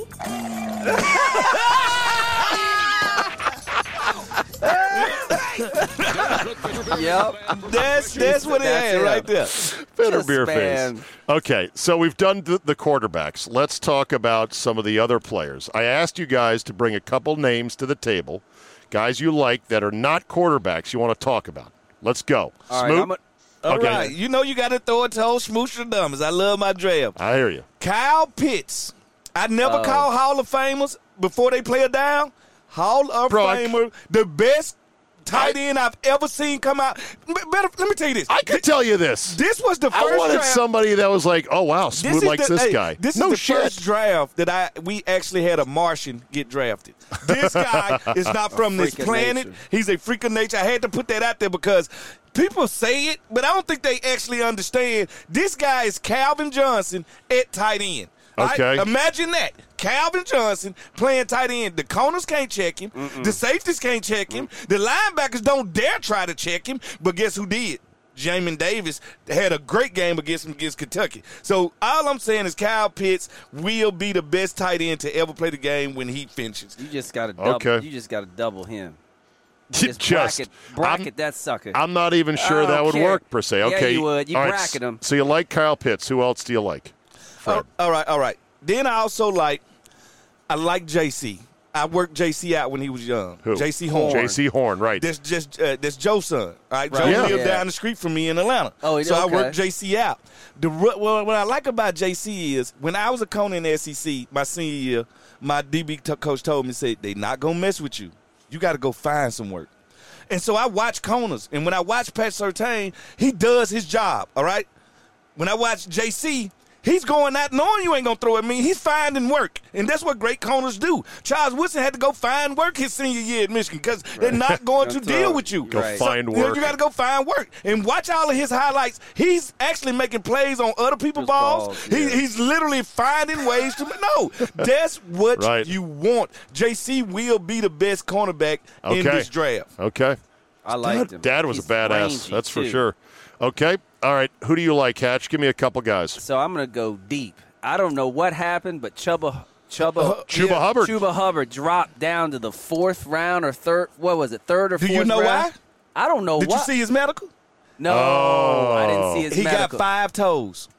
[SPEAKER 2] yep.
[SPEAKER 3] That's that's what it
[SPEAKER 2] That's
[SPEAKER 3] is
[SPEAKER 2] him.
[SPEAKER 3] right there.
[SPEAKER 1] Better
[SPEAKER 2] Just
[SPEAKER 1] beer
[SPEAKER 2] span.
[SPEAKER 1] face. Okay, so we've done th- the quarterbacks. Let's talk about some of the other players. I asked you guys to bring a couple names to the table, guys you like that are not quarterbacks you want to talk about. Let's go.
[SPEAKER 2] All right,
[SPEAKER 1] Smoot?
[SPEAKER 2] I'm a-
[SPEAKER 3] All right,
[SPEAKER 1] Okay.
[SPEAKER 3] You know you got to throw it to old Smooch and Dumbers. I love my draft.
[SPEAKER 1] I hear you.
[SPEAKER 3] Kyle Pitts. I never
[SPEAKER 2] Oh.
[SPEAKER 3] call Hall of Famers before they play a down. Hall of
[SPEAKER 1] Bro, I-
[SPEAKER 3] Famer, the best tight end I've ever seen come out. M- Better, let me tell you this.
[SPEAKER 1] I could tell you this.
[SPEAKER 3] this was the first
[SPEAKER 1] I wanted
[SPEAKER 3] draft.
[SPEAKER 1] somebody that was like, oh, wow,
[SPEAKER 3] this
[SPEAKER 1] Smoot
[SPEAKER 3] is
[SPEAKER 1] likes
[SPEAKER 3] the-
[SPEAKER 1] this
[SPEAKER 3] hey,
[SPEAKER 1] guy.
[SPEAKER 3] This
[SPEAKER 1] no
[SPEAKER 3] is the
[SPEAKER 1] shit.
[SPEAKER 3] first draft that I we actually had a Martian get drafted. This guy is not from this
[SPEAKER 2] freak of
[SPEAKER 3] planet.
[SPEAKER 2] nature.
[SPEAKER 3] He's a freak of nature. I had to put that out there because people say it, but I don't think they actually understand. This guy is Calvin Johnson at tight end. Right?
[SPEAKER 1] Okay.
[SPEAKER 3] imagine that. Calvin Johnson playing tight end. The corners can't check him. The safeties can't check him. The linebackers don't dare try to check him. But guess who did? Jamin Davis had a great game against him against Kentucky. So all I'm saying is Kyle Pitts will be the best tight end to ever play the game when he finishes.
[SPEAKER 2] You just gotta double.
[SPEAKER 1] Okay.
[SPEAKER 2] You just gotta double him.
[SPEAKER 1] Just,
[SPEAKER 2] bracket, bracket
[SPEAKER 1] I'm-
[SPEAKER 2] that sucker.
[SPEAKER 1] I'm not even sure
[SPEAKER 2] I
[SPEAKER 1] that
[SPEAKER 2] don't
[SPEAKER 1] would
[SPEAKER 2] care.
[SPEAKER 1] work per se.
[SPEAKER 2] Yeah,
[SPEAKER 1] Okay,
[SPEAKER 2] you would. You
[SPEAKER 1] All right,
[SPEAKER 2] bracket 'em.
[SPEAKER 1] So you like Kyle Pitts? Who else do you like? Fred.
[SPEAKER 3] Oh, all right, all right. Then I also like I like JC. I worked JC out when he was young.
[SPEAKER 1] Who?
[SPEAKER 3] JC Horn.
[SPEAKER 1] J.C. Horn, right?
[SPEAKER 3] That's just uh, that's Joe's son. All right, Joe
[SPEAKER 2] Right.
[SPEAKER 1] Yeah.
[SPEAKER 3] lived
[SPEAKER 2] Yeah.
[SPEAKER 3] down the street from me in Atlanta.
[SPEAKER 2] Oh, he-
[SPEAKER 3] so I
[SPEAKER 2] okay.
[SPEAKER 3] worked JC out. The ru- well, what I like about JC is when I was a cone in the SEC my senior year, my DB t- coach told me said they not gonna mess with you. You got to go find some work. And so I watch Coners, and when I watch Pat Sertain, he does his job. All right. When I watch JC. He's going out knowing you ain't gonna throw at me. He's finding work, and that's what great corners do. Charles Woodson had to go find work his senior year at Michigan because they're not going to
[SPEAKER 2] That's
[SPEAKER 3] deal
[SPEAKER 2] all.
[SPEAKER 3] with you.
[SPEAKER 1] Go
[SPEAKER 2] Right.
[SPEAKER 1] find
[SPEAKER 3] You know,
[SPEAKER 1] work.
[SPEAKER 3] You got to go find work and watch all of his highlights. He's actually making plays on other people's
[SPEAKER 2] His
[SPEAKER 3] balls.
[SPEAKER 2] balls,
[SPEAKER 3] He-
[SPEAKER 2] yeah.
[SPEAKER 3] He's literally finding ways to. No, that's what
[SPEAKER 1] Right.
[SPEAKER 3] you want. JC will be the best cornerback in
[SPEAKER 1] Okay.
[SPEAKER 3] this draft.
[SPEAKER 1] okay.
[SPEAKER 2] I liked him.
[SPEAKER 1] Dad, Dad was
[SPEAKER 2] He's
[SPEAKER 1] a badass.
[SPEAKER 2] rangy,
[SPEAKER 1] that's for
[SPEAKER 2] too.
[SPEAKER 1] sure. Okay. All right. Who do you like, Hatch? Give me a couple guys.
[SPEAKER 2] So I'm gonna go deep. I don't know what happened, but Chuba
[SPEAKER 3] Uh,
[SPEAKER 2] Chuba
[SPEAKER 1] Chuba Hubbard.
[SPEAKER 2] Chuba Hubbard dropped down to the fourth round or third. What was it? Third or
[SPEAKER 3] Do
[SPEAKER 2] fourth?
[SPEAKER 3] you know
[SPEAKER 2] round? I don't know
[SPEAKER 3] Did
[SPEAKER 2] what.
[SPEAKER 3] you see his medical?
[SPEAKER 2] No, I didn't see his
[SPEAKER 3] he
[SPEAKER 2] medical.
[SPEAKER 3] got five toes.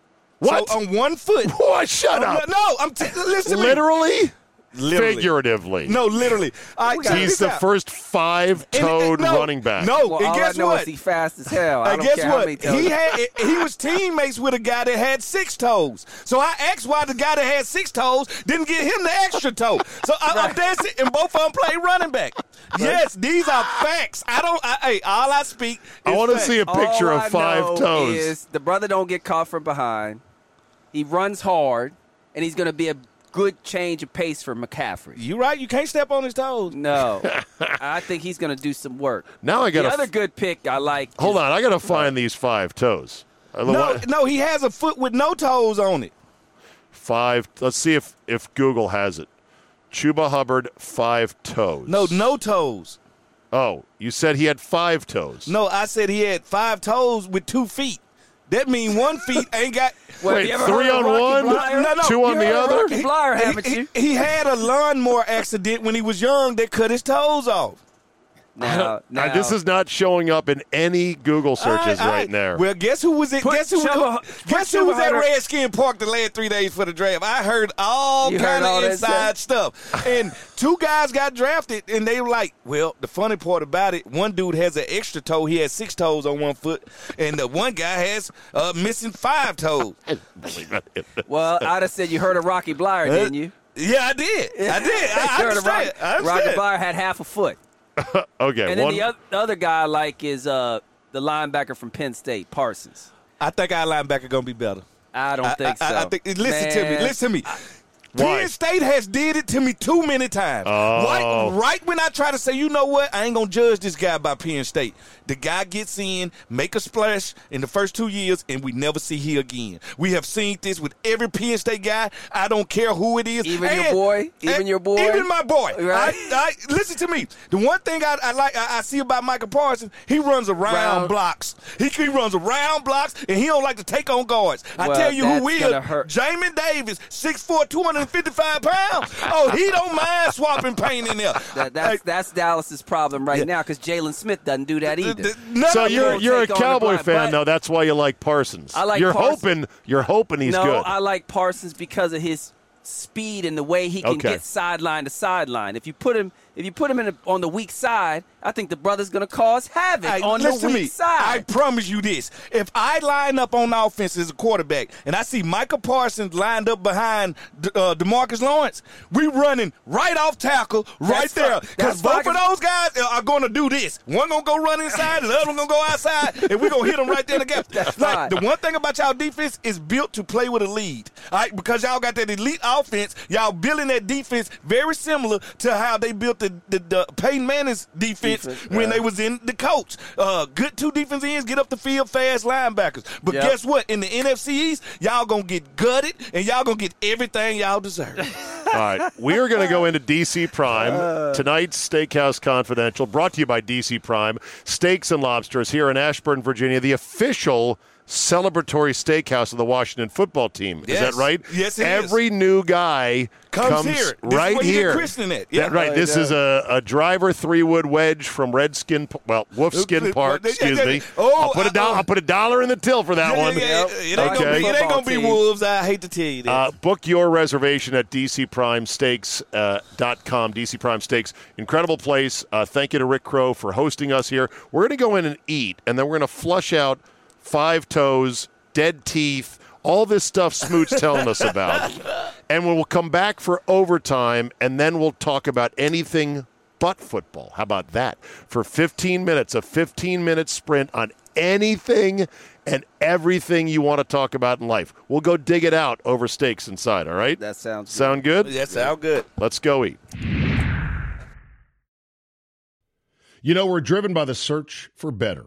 [SPEAKER 1] What?
[SPEAKER 3] So oh, on one foot.
[SPEAKER 1] Boy, shut
[SPEAKER 3] no,
[SPEAKER 1] up.
[SPEAKER 3] no, I'm t- listen. to me.
[SPEAKER 1] Literally?
[SPEAKER 3] Literally.
[SPEAKER 1] Figuratively.
[SPEAKER 3] No, literally. All right,
[SPEAKER 2] gotta
[SPEAKER 3] check
[SPEAKER 1] He's
[SPEAKER 3] this
[SPEAKER 1] the
[SPEAKER 3] out.
[SPEAKER 1] first five
[SPEAKER 3] And- and-
[SPEAKER 1] toed
[SPEAKER 3] no,
[SPEAKER 1] running back.
[SPEAKER 3] No,
[SPEAKER 2] Well,
[SPEAKER 3] and
[SPEAKER 2] all
[SPEAKER 3] guess
[SPEAKER 2] I know
[SPEAKER 3] what?
[SPEAKER 2] is he fast as hell. I
[SPEAKER 3] I
[SPEAKER 2] don't
[SPEAKER 3] guess
[SPEAKER 2] care how
[SPEAKER 3] what
[SPEAKER 2] many toes-
[SPEAKER 3] he had, he was teammates with a guy that had six toes. So I asked why the guy that had six toes didn't get him the extra toe. So I, I'm dancing, and both of them play running back. Yes, these are facts. I don't. I, hey, all I speak. Is
[SPEAKER 1] I want to
[SPEAKER 3] facts.
[SPEAKER 1] see a picture
[SPEAKER 2] All
[SPEAKER 1] of
[SPEAKER 2] I
[SPEAKER 1] five
[SPEAKER 2] know
[SPEAKER 1] toes.
[SPEAKER 2] Is the brother don't get caught from behind. He runs hard, and he's going to be a good change of pace for McCaffrey.
[SPEAKER 3] You right? You can't step on his toes.
[SPEAKER 2] No, I think he's going to do some work.
[SPEAKER 1] Now I got
[SPEAKER 2] the
[SPEAKER 1] to
[SPEAKER 2] other good pick I like.
[SPEAKER 1] Hold on, I got to find these five toes.
[SPEAKER 3] No,
[SPEAKER 1] Otherwise-
[SPEAKER 3] no, he has a foot with no toes on it.
[SPEAKER 1] Five. Let's see if if Google has it. Chuba Hubbard, five toes.
[SPEAKER 3] No, no toes.
[SPEAKER 1] Oh, you said he had five toes.
[SPEAKER 3] No, I said he had five toes with two feet. That mean one feet ain't got.
[SPEAKER 2] Well,
[SPEAKER 1] Wait, three on one,
[SPEAKER 2] Blyer?
[SPEAKER 3] No, no,
[SPEAKER 1] two on
[SPEAKER 3] you
[SPEAKER 1] the
[SPEAKER 3] heard
[SPEAKER 1] other.
[SPEAKER 2] Rocky Blyer,
[SPEAKER 3] He-
[SPEAKER 2] haven't
[SPEAKER 3] he,
[SPEAKER 2] you?
[SPEAKER 3] he had a lawnmower accident when he was young that cut his toes off.
[SPEAKER 2] Now,
[SPEAKER 1] Now,
[SPEAKER 2] now,
[SPEAKER 1] this is not showing up in any Google searches
[SPEAKER 3] All all
[SPEAKER 1] right now.
[SPEAKER 3] Well, guess who was it?
[SPEAKER 2] Put
[SPEAKER 3] guess who?
[SPEAKER 2] Chubba-
[SPEAKER 3] guess
[SPEAKER 2] put
[SPEAKER 3] who was
[SPEAKER 2] Chubba
[SPEAKER 3] at
[SPEAKER 2] Hunter-
[SPEAKER 3] Redskin Park the last three days for the draft? I heard all
[SPEAKER 2] You heard
[SPEAKER 3] kind
[SPEAKER 2] all
[SPEAKER 3] of
[SPEAKER 2] that
[SPEAKER 3] inside stuff, and two guys got drafted, and they were like, "Well, the funny part about it, one dude has an extra toe. He has six toes on one foot, and the one guy has uh, missing five toes."
[SPEAKER 2] well, I'd have said you heard of Rocky Blyer, didn't you?
[SPEAKER 3] Yeah, I did. I did. I, I
[SPEAKER 2] heard of
[SPEAKER 3] understand. I
[SPEAKER 2] Rocky, Rocky
[SPEAKER 3] understand.
[SPEAKER 2] Blyer had half a foot.
[SPEAKER 1] okay,
[SPEAKER 2] And then
[SPEAKER 1] one.
[SPEAKER 2] the, other, the other guy I like is uh, the linebacker from Penn State, Parsons.
[SPEAKER 3] I think our linebacker gonna be better.
[SPEAKER 2] I don't think
[SPEAKER 3] I,
[SPEAKER 2] so.
[SPEAKER 3] I think listen to me.
[SPEAKER 2] Man.
[SPEAKER 3] Listen to me.
[SPEAKER 1] Why?
[SPEAKER 3] Penn State has did it to me too many times.
[SPEAKER 1] Oh.
[SPEAKER 3] Right, right when I try to say, you know what, I ain't gonna judge this guy by Penn State. The guy gets in, make a splash in the first two years, and we never see he again. We have seen this with every Penn State guy. I don't care who it is.
[SPEAKER 2] Even your
[SPEAKER 3] And-
[SPEAKER 2] boy? Even
[SPEAKER 3] and-
[SPEAKER 2] your boy?
[SPEAKER 3] Even my boy.
[SPEAKER 2] Right.
[SPEAKER 3] I, I- listen to me. The one thing I, I like I, I see about Michael Parsons, he runs around
[SPEAKER 2] Round.
[SPEAKER 3] blocks. He, he runs around blocks, and he don't like to take on guards. I
[SPEAKER 2] Well,
[SPEAKER 3] tell you who
[SPEAKER 2] that's
[SPEAKER 3] will.
[SPEAKER 2] gonna hurt.
[SPEAKER 3] Jamin Davis, 6'4", 255 pounds. Oh, he don't mind swapping paint in there.
[SPEAKER 2] That, that's, that's Dallas's problem right
[SPEAKER 3] Yeah.
[SPEAKER 2] now because Jalen Smith doesn't do that either.
[SPEAKER 3] no,
[SPEAKER 1] so you're
[SPEAKER 2] Take
[SPEAKER 1] you're a
[SPEAKER 2] on the
[SPEAKER 1] Cowboy
[SPEAKER 2] blind,
[SPEAKER 1] fan
[SPEAKER 2] but-
[SPEAKER 1] though. That's why you like Parsons.
[SPEAKER 2] I like
[SPEAKER 1] You're
[SPEAKER 2] Parsons.
[SPEAKER 1] hoping you're hoping he's
[SPEAKER 2] no,
[SPEAKER 1] good.
[SPEAKER 2] I like Parsons because of his speed and the way he can
[SPEAKER 1] Okay.
[SPEAKER 2] get sideline to sideline. If you put him, if you put him in a, on the weak side, I think the brother's going to cause havoc
[SPEAKER 3] Hey,
[SPEAKER 2] on the weak
[SPEAKER 3] listen to me. I
[SPEAKER 2] side.
[SPEAKER 3] promise you this. If I line up on offense as a quarterback and I see Michael Parsons lined up behind De- uh, Demarcus Lawrence, we running right off tackle right
[SPEAKER 2] That's
[SPEAKER 3] there.
[SPEAKER 2] right.
[SPEAKER 3] Because
[SPEAKER 2] That's
[SPEAKER 3] both of
[SPEAKER 2] right.
[SPEAKER 3] those guys are- are going to do this. One going to go run inside, the other one going to go outside, and we're going to hit them right there in the gap.
[SPEAKER 2] That's
[SPEAKER 3] like,
[SPEAKER 2] right.
[SPEAKER 3] The one thing about y'all defense is built to play with a lead. All right? Because y'all got that elite offense. Y'all building that defense very similar to how they built the, the, the Peyton Manning's defense,
[SPEAKER 2] Defense,
[SPEAKER 3] when
[SPEAKER 2] yeah.
[SPEAKER 3] they was was in the coach. Uh, good two defense ends get up the field fast linebackers. But
[SPEAKER 2] Yep.
[SPEAKER 3] guess what? In the NFC East, y'all gonna get gutted and y'all gonna get everything y'all deserve.
[SPEAKER 1] All right, we are going to go into DC Prime
[SPEAKER 3] Uh.
[SPEAKER 1] tonight's Steakhouse Confidential, brought to you by DC Prime Steaks and Lobsters here in Ashburn, Virginia, the official celebratory steakhouse of the Washington Football Team. Is
[SPEAKER 3] Yes.
[SPEAKER 1] that right?
[SPEAKER 3] Yes, it is.
[SPEAKER 1] Every new guy
[SPEAKER 3] Comes
[SPEAKER 1] comes,
[SPEAKER 3] here. This is
[SPEAKER 1] right
[SPEAKER 3] where you get
[SPEAKER 1] here.
[SPEAKER 3] christened at.
[SPEAKER 1] Yeah,
[SPEAKER 3] Yeah.
[SPEAKER 1] right. This is a, a driver three wood wedge from Redskin, P- well, Wolfskin
[SPEAKER 3] Uh,
[SPEAKER 1] Park.
[SPEAKER 3] uh,
[SPEAKER 1] Excuse
[SPEAKER 3] yeah,
[SPEAKER 1] me.
[SPEAKER 3] oh,
[SPEAKER 1] I'll put a
[SPEAKER 3] uh,
[SPEAKER 1] dollar.
[SPEAKER 3] uh,
[SPEAKER 1] I'll put a dollar in the till for that
[SPEAKER 3] Yeah,
[SPEAKER 1] one.
[SPEAKER 3] yeah, yeah. It ain't gonna
[SPEAKER 1] Okay.
[SPEAKER 3] be, it ain't gonna be
[SPEAKER 2] Football team.
[SPEAKER 3] wolves. I hate to tell you that.
[SPEAKER 1] Uh, book your reservation at uh, dcprimesteaks.com. DC Prime Steaks, incredible place. Uh, thank you to Rick Crow for hosting us here. We're going to go in and eat, and then we're going to flush out five toes, dead teeth, all this stuff Smoot's telling us about. And we'll come back for overtime, and then we'll talk about anything but football. How about that? For 15 minutes, a 15 minute sprint on anything and everything you want to talk about in life. We'll go dig it out over steaks inside, all right?
[SPEAKER 2] That sounds good.
[SPEAKER 1] Sound good?
[SPEAKER 3] that sound good.
[SPEAKER 1] Let's go eat. You know, we're driven by the search for better.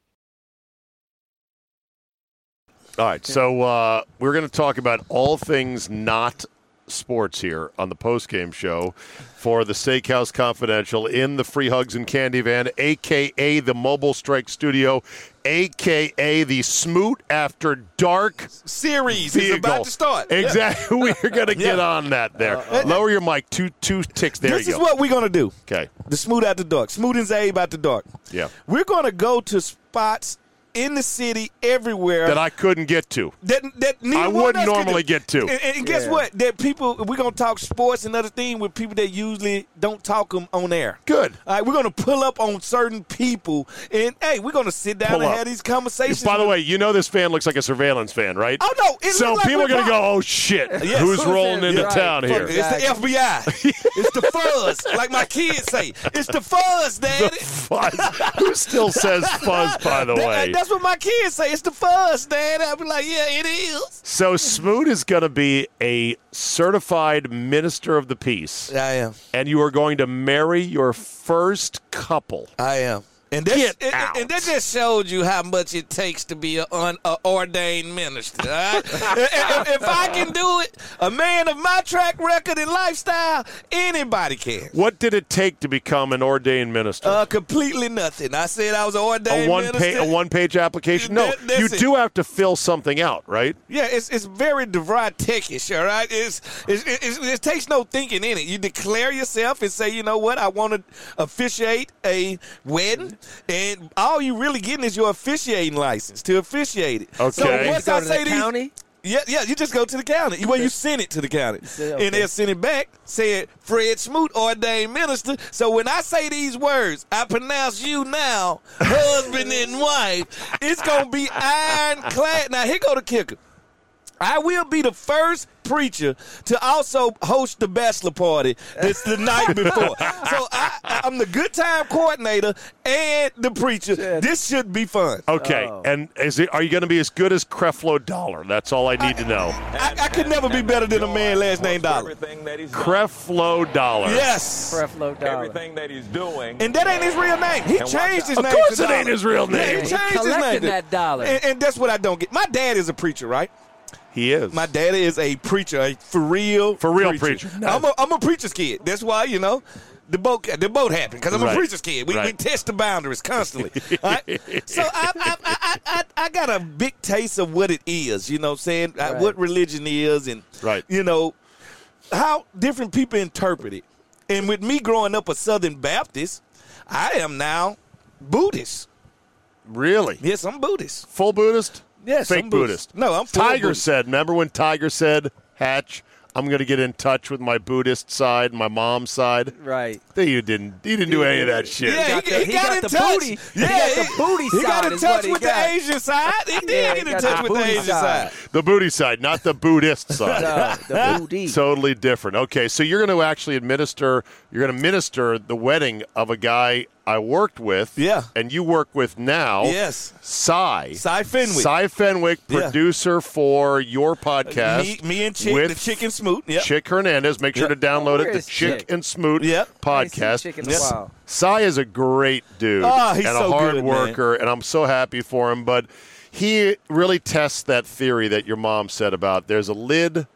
[SPEAKER 1] All right, so uh, we're going to talk about all things not sports here on the postgame show for the Steakhouse Confidential in the Free Hugs and Candy Van, aka the Mobile Strike Studio, aka the Smoot After Dark
[SPEAKER 3] Series
[SPEAKER 1] vehicle.
[SPEAKER 3] is about to start. Yeah. Uh,
[SPEAKER 1] Exactly, we're going to get on that there. Lower your mic two two ticks. There
[SPEAKER 3] This
[SPEAKER 1] you
[SPEAKER 3] is
[SPEAKER 1] go.
[SPEAKER 3] what we're gonna do.
[SPEAKER 1] okay,
[SPEAKER 3] The Smooth Out the Dark. Smooth and Zabe Out the Dark.
[SPEAKER 1] Yeah.
[SPEAKER 3] We're gonna go to spots in the city everywhere
[SPEAKER 1] that I couldn't get to.
[SPEAKER 3] that that neither
[SPEAKER 1] I
[SPEAKER 3] one of
[SPEAKER 1] wouldn't
[SPEAKER 3] us could
[SPEAKER 1] normally
[SPEAKER 3] do.
[SPEAKER 1] get to.
[SPEAKER 3] And, and guess what? That people we're gonna talk sports and other thing with people that usually don't talk them on air.
[SPEAKER 1] Good.
[SPEAKER 3] All right, we're gonna pull up on certain people, and hey, we're gonna sit down
[SPEAKER 1] Pull
[SPEAKER 3] and
[SPEAKER 1] up.
[SPEAKER 3] have these conversations.
[SPEAKER 1] By the
[SPEAKER 3] with-
[SPEAKER 1] way, you know this fan looks like a surveillance fan, right?
[SPEAKER 3] Oh, no, it
[SPEAKER 1] so
[SPEAKER 3] look like
[SPEAKER 1] people are
[SPEAKER 3] we're
[SPEAKER 1] going to go,
[SPEAKER 3] wrong.
[SPEAKER 1] oh shit,
[SPEAKER 3] Yes.
[SPEAKER 1] who's
[SPEAKER 3] Who's
[SPEAKER 1] rolling
[SPEAKER 2] in?
[SPEAKER 1] into
[SPEAKER 2] You're
[SPEAKER 1] town
[SPEAKER 2] right.
[SPEAKER 1] here?
[SPEAKER 2] Fuck
[SPEAKER 3] It's the FBI. it's the fuzz, like my kids say. It's the fuzz, Daddy.
[SPEAKER 1] Fuzz. Who still says fuzz? By the
[SPEAKER 3] That-
[SPEAKER 1] way,
[SPEAKER 3] that's what my kids say. It's the fuzz, Daddy. I'll be like, yeah, it is.
[SPEAKER 1] so Smoot is going to be a certified minister of the peace,
[SPEAKER 3] I am.
[SPEAKER 1] and you are going to marry your first couple.
[SPEAKER 3] I am. And that,
[SPEAKER 1] Get
[SPEAKER 3] and-
[SPEAKER 1] out.
[SPEAKER 3] and that just showed you how much it takes to be an un, a ordained minister. all right? if, if- if I can do it, a man of my track record and lifestyle, anybody can.
[SPEAKER 1] What did it take to become an ordained minister?
[SPEAKER 3] Uh, completely nothing. I said I was an ordained
[SPEAKER 1] a one
[SPEAKER 3] minister.
[SPEAKER 1] page a one page application? No,
[SPEAKER 3] That- that's
[SPEAKER 1] you
[SPEAKER 3] it.
[SPEAKER 1] do have to fill something out, right?
[SPEAKER 3] Yeah, it's it's very DeVry Techish, all right? It's, it's, it's, it takes no thinking in it. You declare yourself and say, you know what, I want to officiate a wedding, and all you really getting is your officiating license to officiate it.
[SPEAKER 1] Okay.
[SPEAKER 3] So once
[SPEAKER 2] Go
[SPEAKER 3] I
[SPEAKER 2] to
[SPEAKER 3] say
[SPEAKER 2] the
[SPEAKER 3] these-
[SPEAKER 2] county?
[SPEAKER 3] yeah, yeah, you just go to the county. Well, you send it to the county,
[SPEAKER 2] Say, okay.
[SPEAKER 3] and they'll send it back. Said Fred Smoot, ordained minister. So when I say these words, I pronounce you now, husband and wife. It's gonna be ironclad. Now here go the kicker. I will be the first preacher to also host the bachelor party that's the night before. So I, I- I'm the good time coordinator and the preacher. This should be fun.
[SPEAKER 1] Okay,
[SPEAKER 3] Oh.
[SPEAKER 1] and is it, are you going to be as good as Creflo Dollar? That's all I need to know.
[SPEAKER 3] I, I could never be better than a man last name Dollar.
[SPEAKER 7] Everything that he's done,
[SPEAKER 1] Creflo Dollar.
[SPEAKER 3] Yes.
[SPEAKER 2] Creflo Dollar.
[SPEAKER 7] everything that he's doing.
[SPEAKER 3] And that ain't his real name. He
[SPEAKER 7] And watch
[SPEAKER 3] changed his
[SPEAKER 1] Of
[SPEAKER 3] name.
[SPEAKER 1] course
[SPEAKER 3] to
[SPEAKER 1] it ain't
[SPEAKER 3] Dollar.
[SPEAKER 1] his real
[SPEAKER 3] Yeah, he
[SPEAKER 1] name.
[SPEAKER 3] changed his
[SPEAKER 2] Collecting
[SPEAKER 3] name. to-
[SPEAKER 2] that dollar.
[SPEAKER 3] And, and that's what I don't get. My dad is a preacher, right?
[SPEAKER 1] He is.
[SPEAKER 3] My dad is a preacher, a for real,
[SPEAKER 1] For real preacher.
[SPEAKER 3] I'm, a, I'm a preacher's kid. That's why you know the boat the boat happened because I'm
[SPEAKER 1] Right.
[SPEAKER 3] a preacher's kid. We, we
[SPEAKER 1] Right.
[SPEAKER 3] test the boundaries constantly. all right? So I I, I, I I got a big taste of what it is. You know, what I'm saying Uh,
[SPEAKER 2] Right.
[SPEAKER 3] what religion is, and
[SPEAKER 1] Right.
[SPEAKER 3] you know how different people interpret it. And with me growing up a Southern Baptist, I am now Buddhist.
[SPEAKER 1] really?
[SPEAKER 3] Yes, I'm Buddhist.
[SPEAKER 1] Full Buddhist?
[SPEAKER 3] Yes,
[SPEAKER 1] Fake
[SPEAKER 3] I'm
[SPEAKER 1] Buddhist.
[SPEAKER 3] Buddhist. No, I'm full
[SPEAKER 1] Tiger
[SPEAKER 3] Buddhist.
[SPEAKER 1] said, remember when Tiger said, Hatch, I'm going to get in touch with my Buddhist side, my mom's side?
[SPEAKER 2] Right.
[SPEAKER 1] They- You didn't, you didn't do any of that shit.
[SPEAKER 3] Yeah,
[SPEAKER 2] got
[SPEAKER 3] he,
[SPEAKER 2] the-
[SPEAKER 3] he
[SPEAKER 2] he
[SPEAKER 3] got,
[SPEAKER 2] got
[SPEAKER 3] in
[SPEAKER 2] the
[SPEAKER 3] touch.
[SPEAKER 2] booty- he
[SPEAKER 3] Yeah,
[SPEAKER 2] got the booty
[SPEAKER 3] he got
[SPEAKER 2] side
[SPEAKER 3] in
[SPEAKER 2] is what
[SPEAKER 3] touch
[SPEAKER 2] he
[SPEAKER 3] with
[SPEAKER 2] got.
[SPEAKER 3] the Asian side. He did
[SPEAKER 2] Yeah,
[SPEAKER 3] get
[SPEAKER 2] he
[SPEAKER 3] in
[SPEAKER 2] got
[SPEAKER 3] touch
[SPEAKER 2] the
[SPEAKER 3] with the
[SPEAKER 2] booty
[SPEAKER 3] Asian
[SPEAKER 2] side.
[SPEAKER 3] side.
[SPEAKER 1] The booty side, not the Buddhist side.
[SPEAKER 2] No, the booty.
[SPEAKER 1] Totally different. Okay, so you're going to actually administer, you're going to minister the wedding of a guy I worked with.
[SPEAKER 3] Yeah.
[SPEAKER 1] And you work with now.
[SPEAKER 3] Yes.
[SPEAKER 1] Cy.
[SPEAKER 3] Cy Fenwick.
[SPEAKER 1] Cy Fenwick,
[SPEAKER 3] Yeah. Uh,
[SPEAKER 1] producer for your podcast.
[SPEAKER 3] Me, me and Chick,
[SPEAKER 1] with
[SPEAKER 3] the Chicken Smoot. Yep.
[SPEAKER 1] Chick Hernandez. Make sure
[SPEAKER 3] Yep.
[SPEAKER 1] to download
[SPEAKER 2] Where
[SPEAKER 1] it, the
[SPEAKER 2] is
[SPEAKER 1] Chick,
[SPEAKER 2] Chick?
[SPEAKER 1] and Smoot
[SPEAKER 3] Yep.
[SPEAKER 2] I ain't seen
[SPEAKER 1] podcast.
[SPEAKER 2] Chick in a while.
[SPEAKER 1] Cy is a great dude
[SPEAKER 3] Ah, he's
[SPEAKER 1] and a
[SPEAKER 3] so
[SPEAKER 1] hard
[SPEAKER 3] good, man.
[SPEAKER 1] worker, and I'm so happy for him. But he really tests that theory that your mom said about there's a lid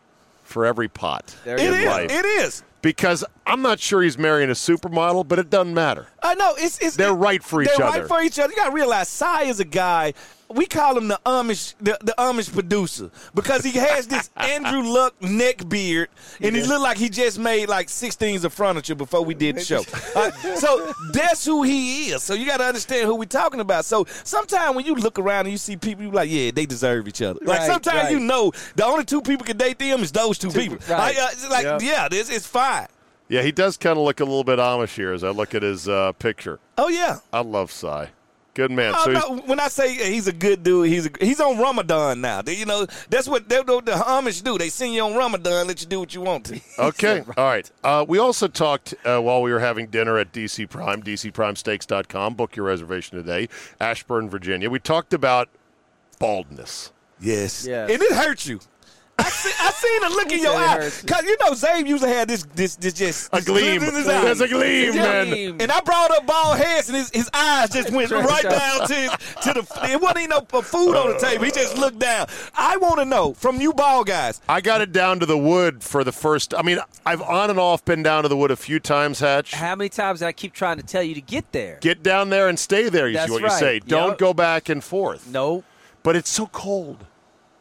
[SPEAKER 1] for every pot
[SPEAKER 2] There
[SPEAKER 1] in
[SPEAKER 3] It is.
[SPEAKER 1] life.
[SPEAKER 3] It is.
[SPEAKER 1] because I'm not sure he's marrying a supermodel, but it doesn't matter.
[SPEAKER 3] I know it's it's
[SPEAKER 1] They're
[SPEAKER 3] it-
[SPEAKER 1] right for each
[SPEAKER 3] they're
[SPEAKER 1] other.
[SPEAKER 3] right for each other. You gotta realize Cy is a guy we call him the Amish the, the Amish producer because he has this Andrew Luck neck beard and he looked like he just made like six things of furniture before we did the show. Uh, so that's who he is. So you got to understand who we're talking about. So sometimes when you look around and you see people, you like, yeah, they deserve each other. Like
[SPEAKER 2] Right,
[SPEAKER 3] sometimes you
[SPEAKER 2] right.
[SPEAKER 3] know the only two people can date them is those two, people.
[SPEAKER 2] right.
[SPEAKER 3] Like, uh, it's like
[SPEAKER 2] Yep.
[SPEAKER 3] yeah, this is fine.
[SPEAKER 1] Yeah, he does kind of look a little bit Amish here as I look at his uh, picture.
[SPEAKER 3] Oh yeah.
[SPEAKER 1] I love Cy. Good man.
[SPEAKER 3] Oh,
[SPEAKER 1] so he's-
[SPEAKER 3] no, when I say he's a good dude, he's a, he's on Ramadan now. They- You know, that's what they, the Amish do. They sing you on Ramadan, let you do what you want to.
[SPEAKER 1] Okay. All right. Uh, we also talked uh, while we were having dinner at DC Prime, dcprimesteaks.com. Book your reservation today, Ashburn, Virginia. We talked about baldness.
[SPEAKER 3] Yes.
[SPEAKER 2] Yes.
[SPEAKER 3] And it hurts you. I, see, I seen a look in your
[SPEAKER 2] said it
[SPEAKER 3] eye.
[SPEAKER 2] hurts.
[SPEAKER 3] Cause you know, Zabe usually had this, this, this just
[SPEAKER 1] A
[SPEAKER 3] this-
[SPEAKER 1] gleam.
[SPEAKER 3] this- this eye.
[SPEAKER 1] There's a gleam, man.
[SPEAKER 2] Gleam.
[SPEAKER 3] And I brought up bald heads, and his, his eyes just went
[SPEAKER 2] Trash
[SPEAKER 3] right down
[SPEAKER 2] out.
[SPEAKER 3] to his, to the. It wasn't even no food
[SPEAKER 1] Uh.
[SPEAKER 3] on the table. He just looked down. I want to know from you bald guys.
[SPEAKER 1] I got it down to the wood for the first. I mean, I've on and off been down to the wood a few times, Hatch.
[SPEAKER 2] How many times did I keep trying to tell you to get there?
[SPEAKER 1] Get down there and stay there, is
[SPEAKER 2] That's
[SPEAKER 1] what you
[SPEAKER 2] right.
[SPEAKER 1] say. Don't
[SPEAKER 2] Yup.
[SPEAKER 1] go back and forth.
[SPEAKER 2] no,
[SPEAKER 1] But it's so cold.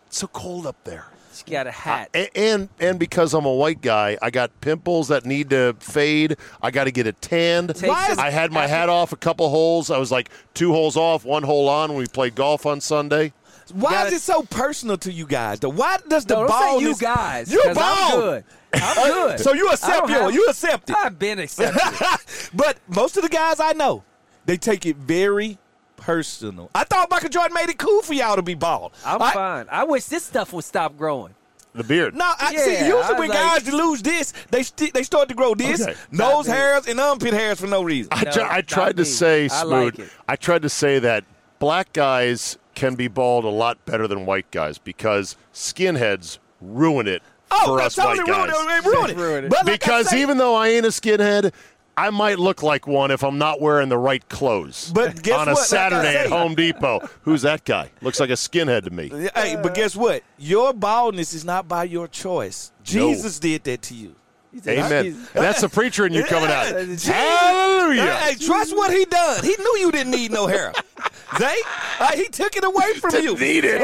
[SPEAKER 1] It's so cold up there.
[SPEAKER 2] she got a hat.
[SPEAKER 1] A- and and because I'm a white guy, I got pimples that need to fade. I got to get it tanned.
[SPEAKER 2] Take Why some- is-
[SPEAKER 1] I had my hat off a couple holes. I was like two holes off, one hole on when we played golf on Sunday.
[SPEAKER 3] Why
[SPEAKER 2] gotta-
[SPEAKER 3] is it so personal to you guys? though? Why does the
[SPEAKER 2] no, don't
[SPEAKER 3] ball
[SPEAKER 2] say you guys.
[SPEAKER 3] You
[SPEAKER 2] 'cause I'm
[SPEAKER 3] bald.
[SPEAKER 2] good. I'm good.
[SPEAKER 3] So you
[SPEAKER 2] I
[SPEAKER 3] accept
[SPEAKER 2] don't
[SPEAKER 3] your
[SPEAKER 2] have-
[SPEAKER 3] you accept it.
[SPEAKER 2] I've been accepted.
[SPEAKER 3] but most of the guys I know, they take it very personal. I thought Michael Jordan made it cool for y'all to be bald.
[SPEAKER 2] I'm
[SPEAKER 3] I-
[SPEAKER 2] fine. I wish this stuff would stop growing.
[SPEAKER 1] The beard.
[SPEAKER 3] No, I
[SPEAKER 2] Yeah,
[SPEAKER 3] see. Usually
[SPEAKER 2] I
[SPEAKER 3] when
[SPEAKER 2] like-
[SPEAKER 3] guys lose this, they st- they start to grow this
[SPEAKER 1] Okay.
[SPEAKER 3] nose
[SPEAKER 2] Not me.
[SPEAKER 3] hairs and armpit hairs for no reason.
[SPEAKER 1] I, tr-
[SPEAKER 2] No,
[SPEAKER 1] I
[SPEAKER 2] not
[SPEAKER 1] tried to
[SPEAKER 2] me.
[SPEAKER 1] say,
[SPEAKER 2] I
[SPEAKER 1] Smoot,
[SPEAKER 2] like it.
[SPEAKER 1] I tried to say that black guys can be bald a lot better than white guys because skinheads ruin it
[SPEAKER 3] Oh,
[SPEAKER 1] for
[SPEAKER 3] I
[SPEAKER 1] us
[SPEAKER 3] totally
[SPEAKER 1] white
[SPEAKER 3] ruined
[SPEAKER 1] guys.
[SPEAKER 3] it. Ruined it.
[SPEAKER 2] Ruined it.
[SPEAKER 3] But like I
[SPEAKER 1] because
[SPEAKER 3] say-
[SPEAKER 1] even though I ain't a skinhead, I might look like one if I'm not wearing the right clothes.
[SPEAKER 3] But guess
[SPEAKER 1] on
[SPEAKER 3] what?
[SPEAKER 1] a
[SPEAKER 3] Like I
[SPEAKER 1] Saturday at
[SPEAKER 3] say-
[SPEAKER 1] Home Depot, who's that guy? Looks like a skinhead to me.
[SPEAKER 3] hey,
[SPEAKER 2] Uh.
[SPEAKER 3] but guess what? Your baldness is not by your choice. Jesus did that to you.
[SPEAKER 1] Amen. And that's the preacher in you coming out. Hallelujah.
[SPEAKER 3] Hey, trust what he done. He knew you didn't need no hair. They, uh, he took it away from you.
[SPEAKER 1] Need it.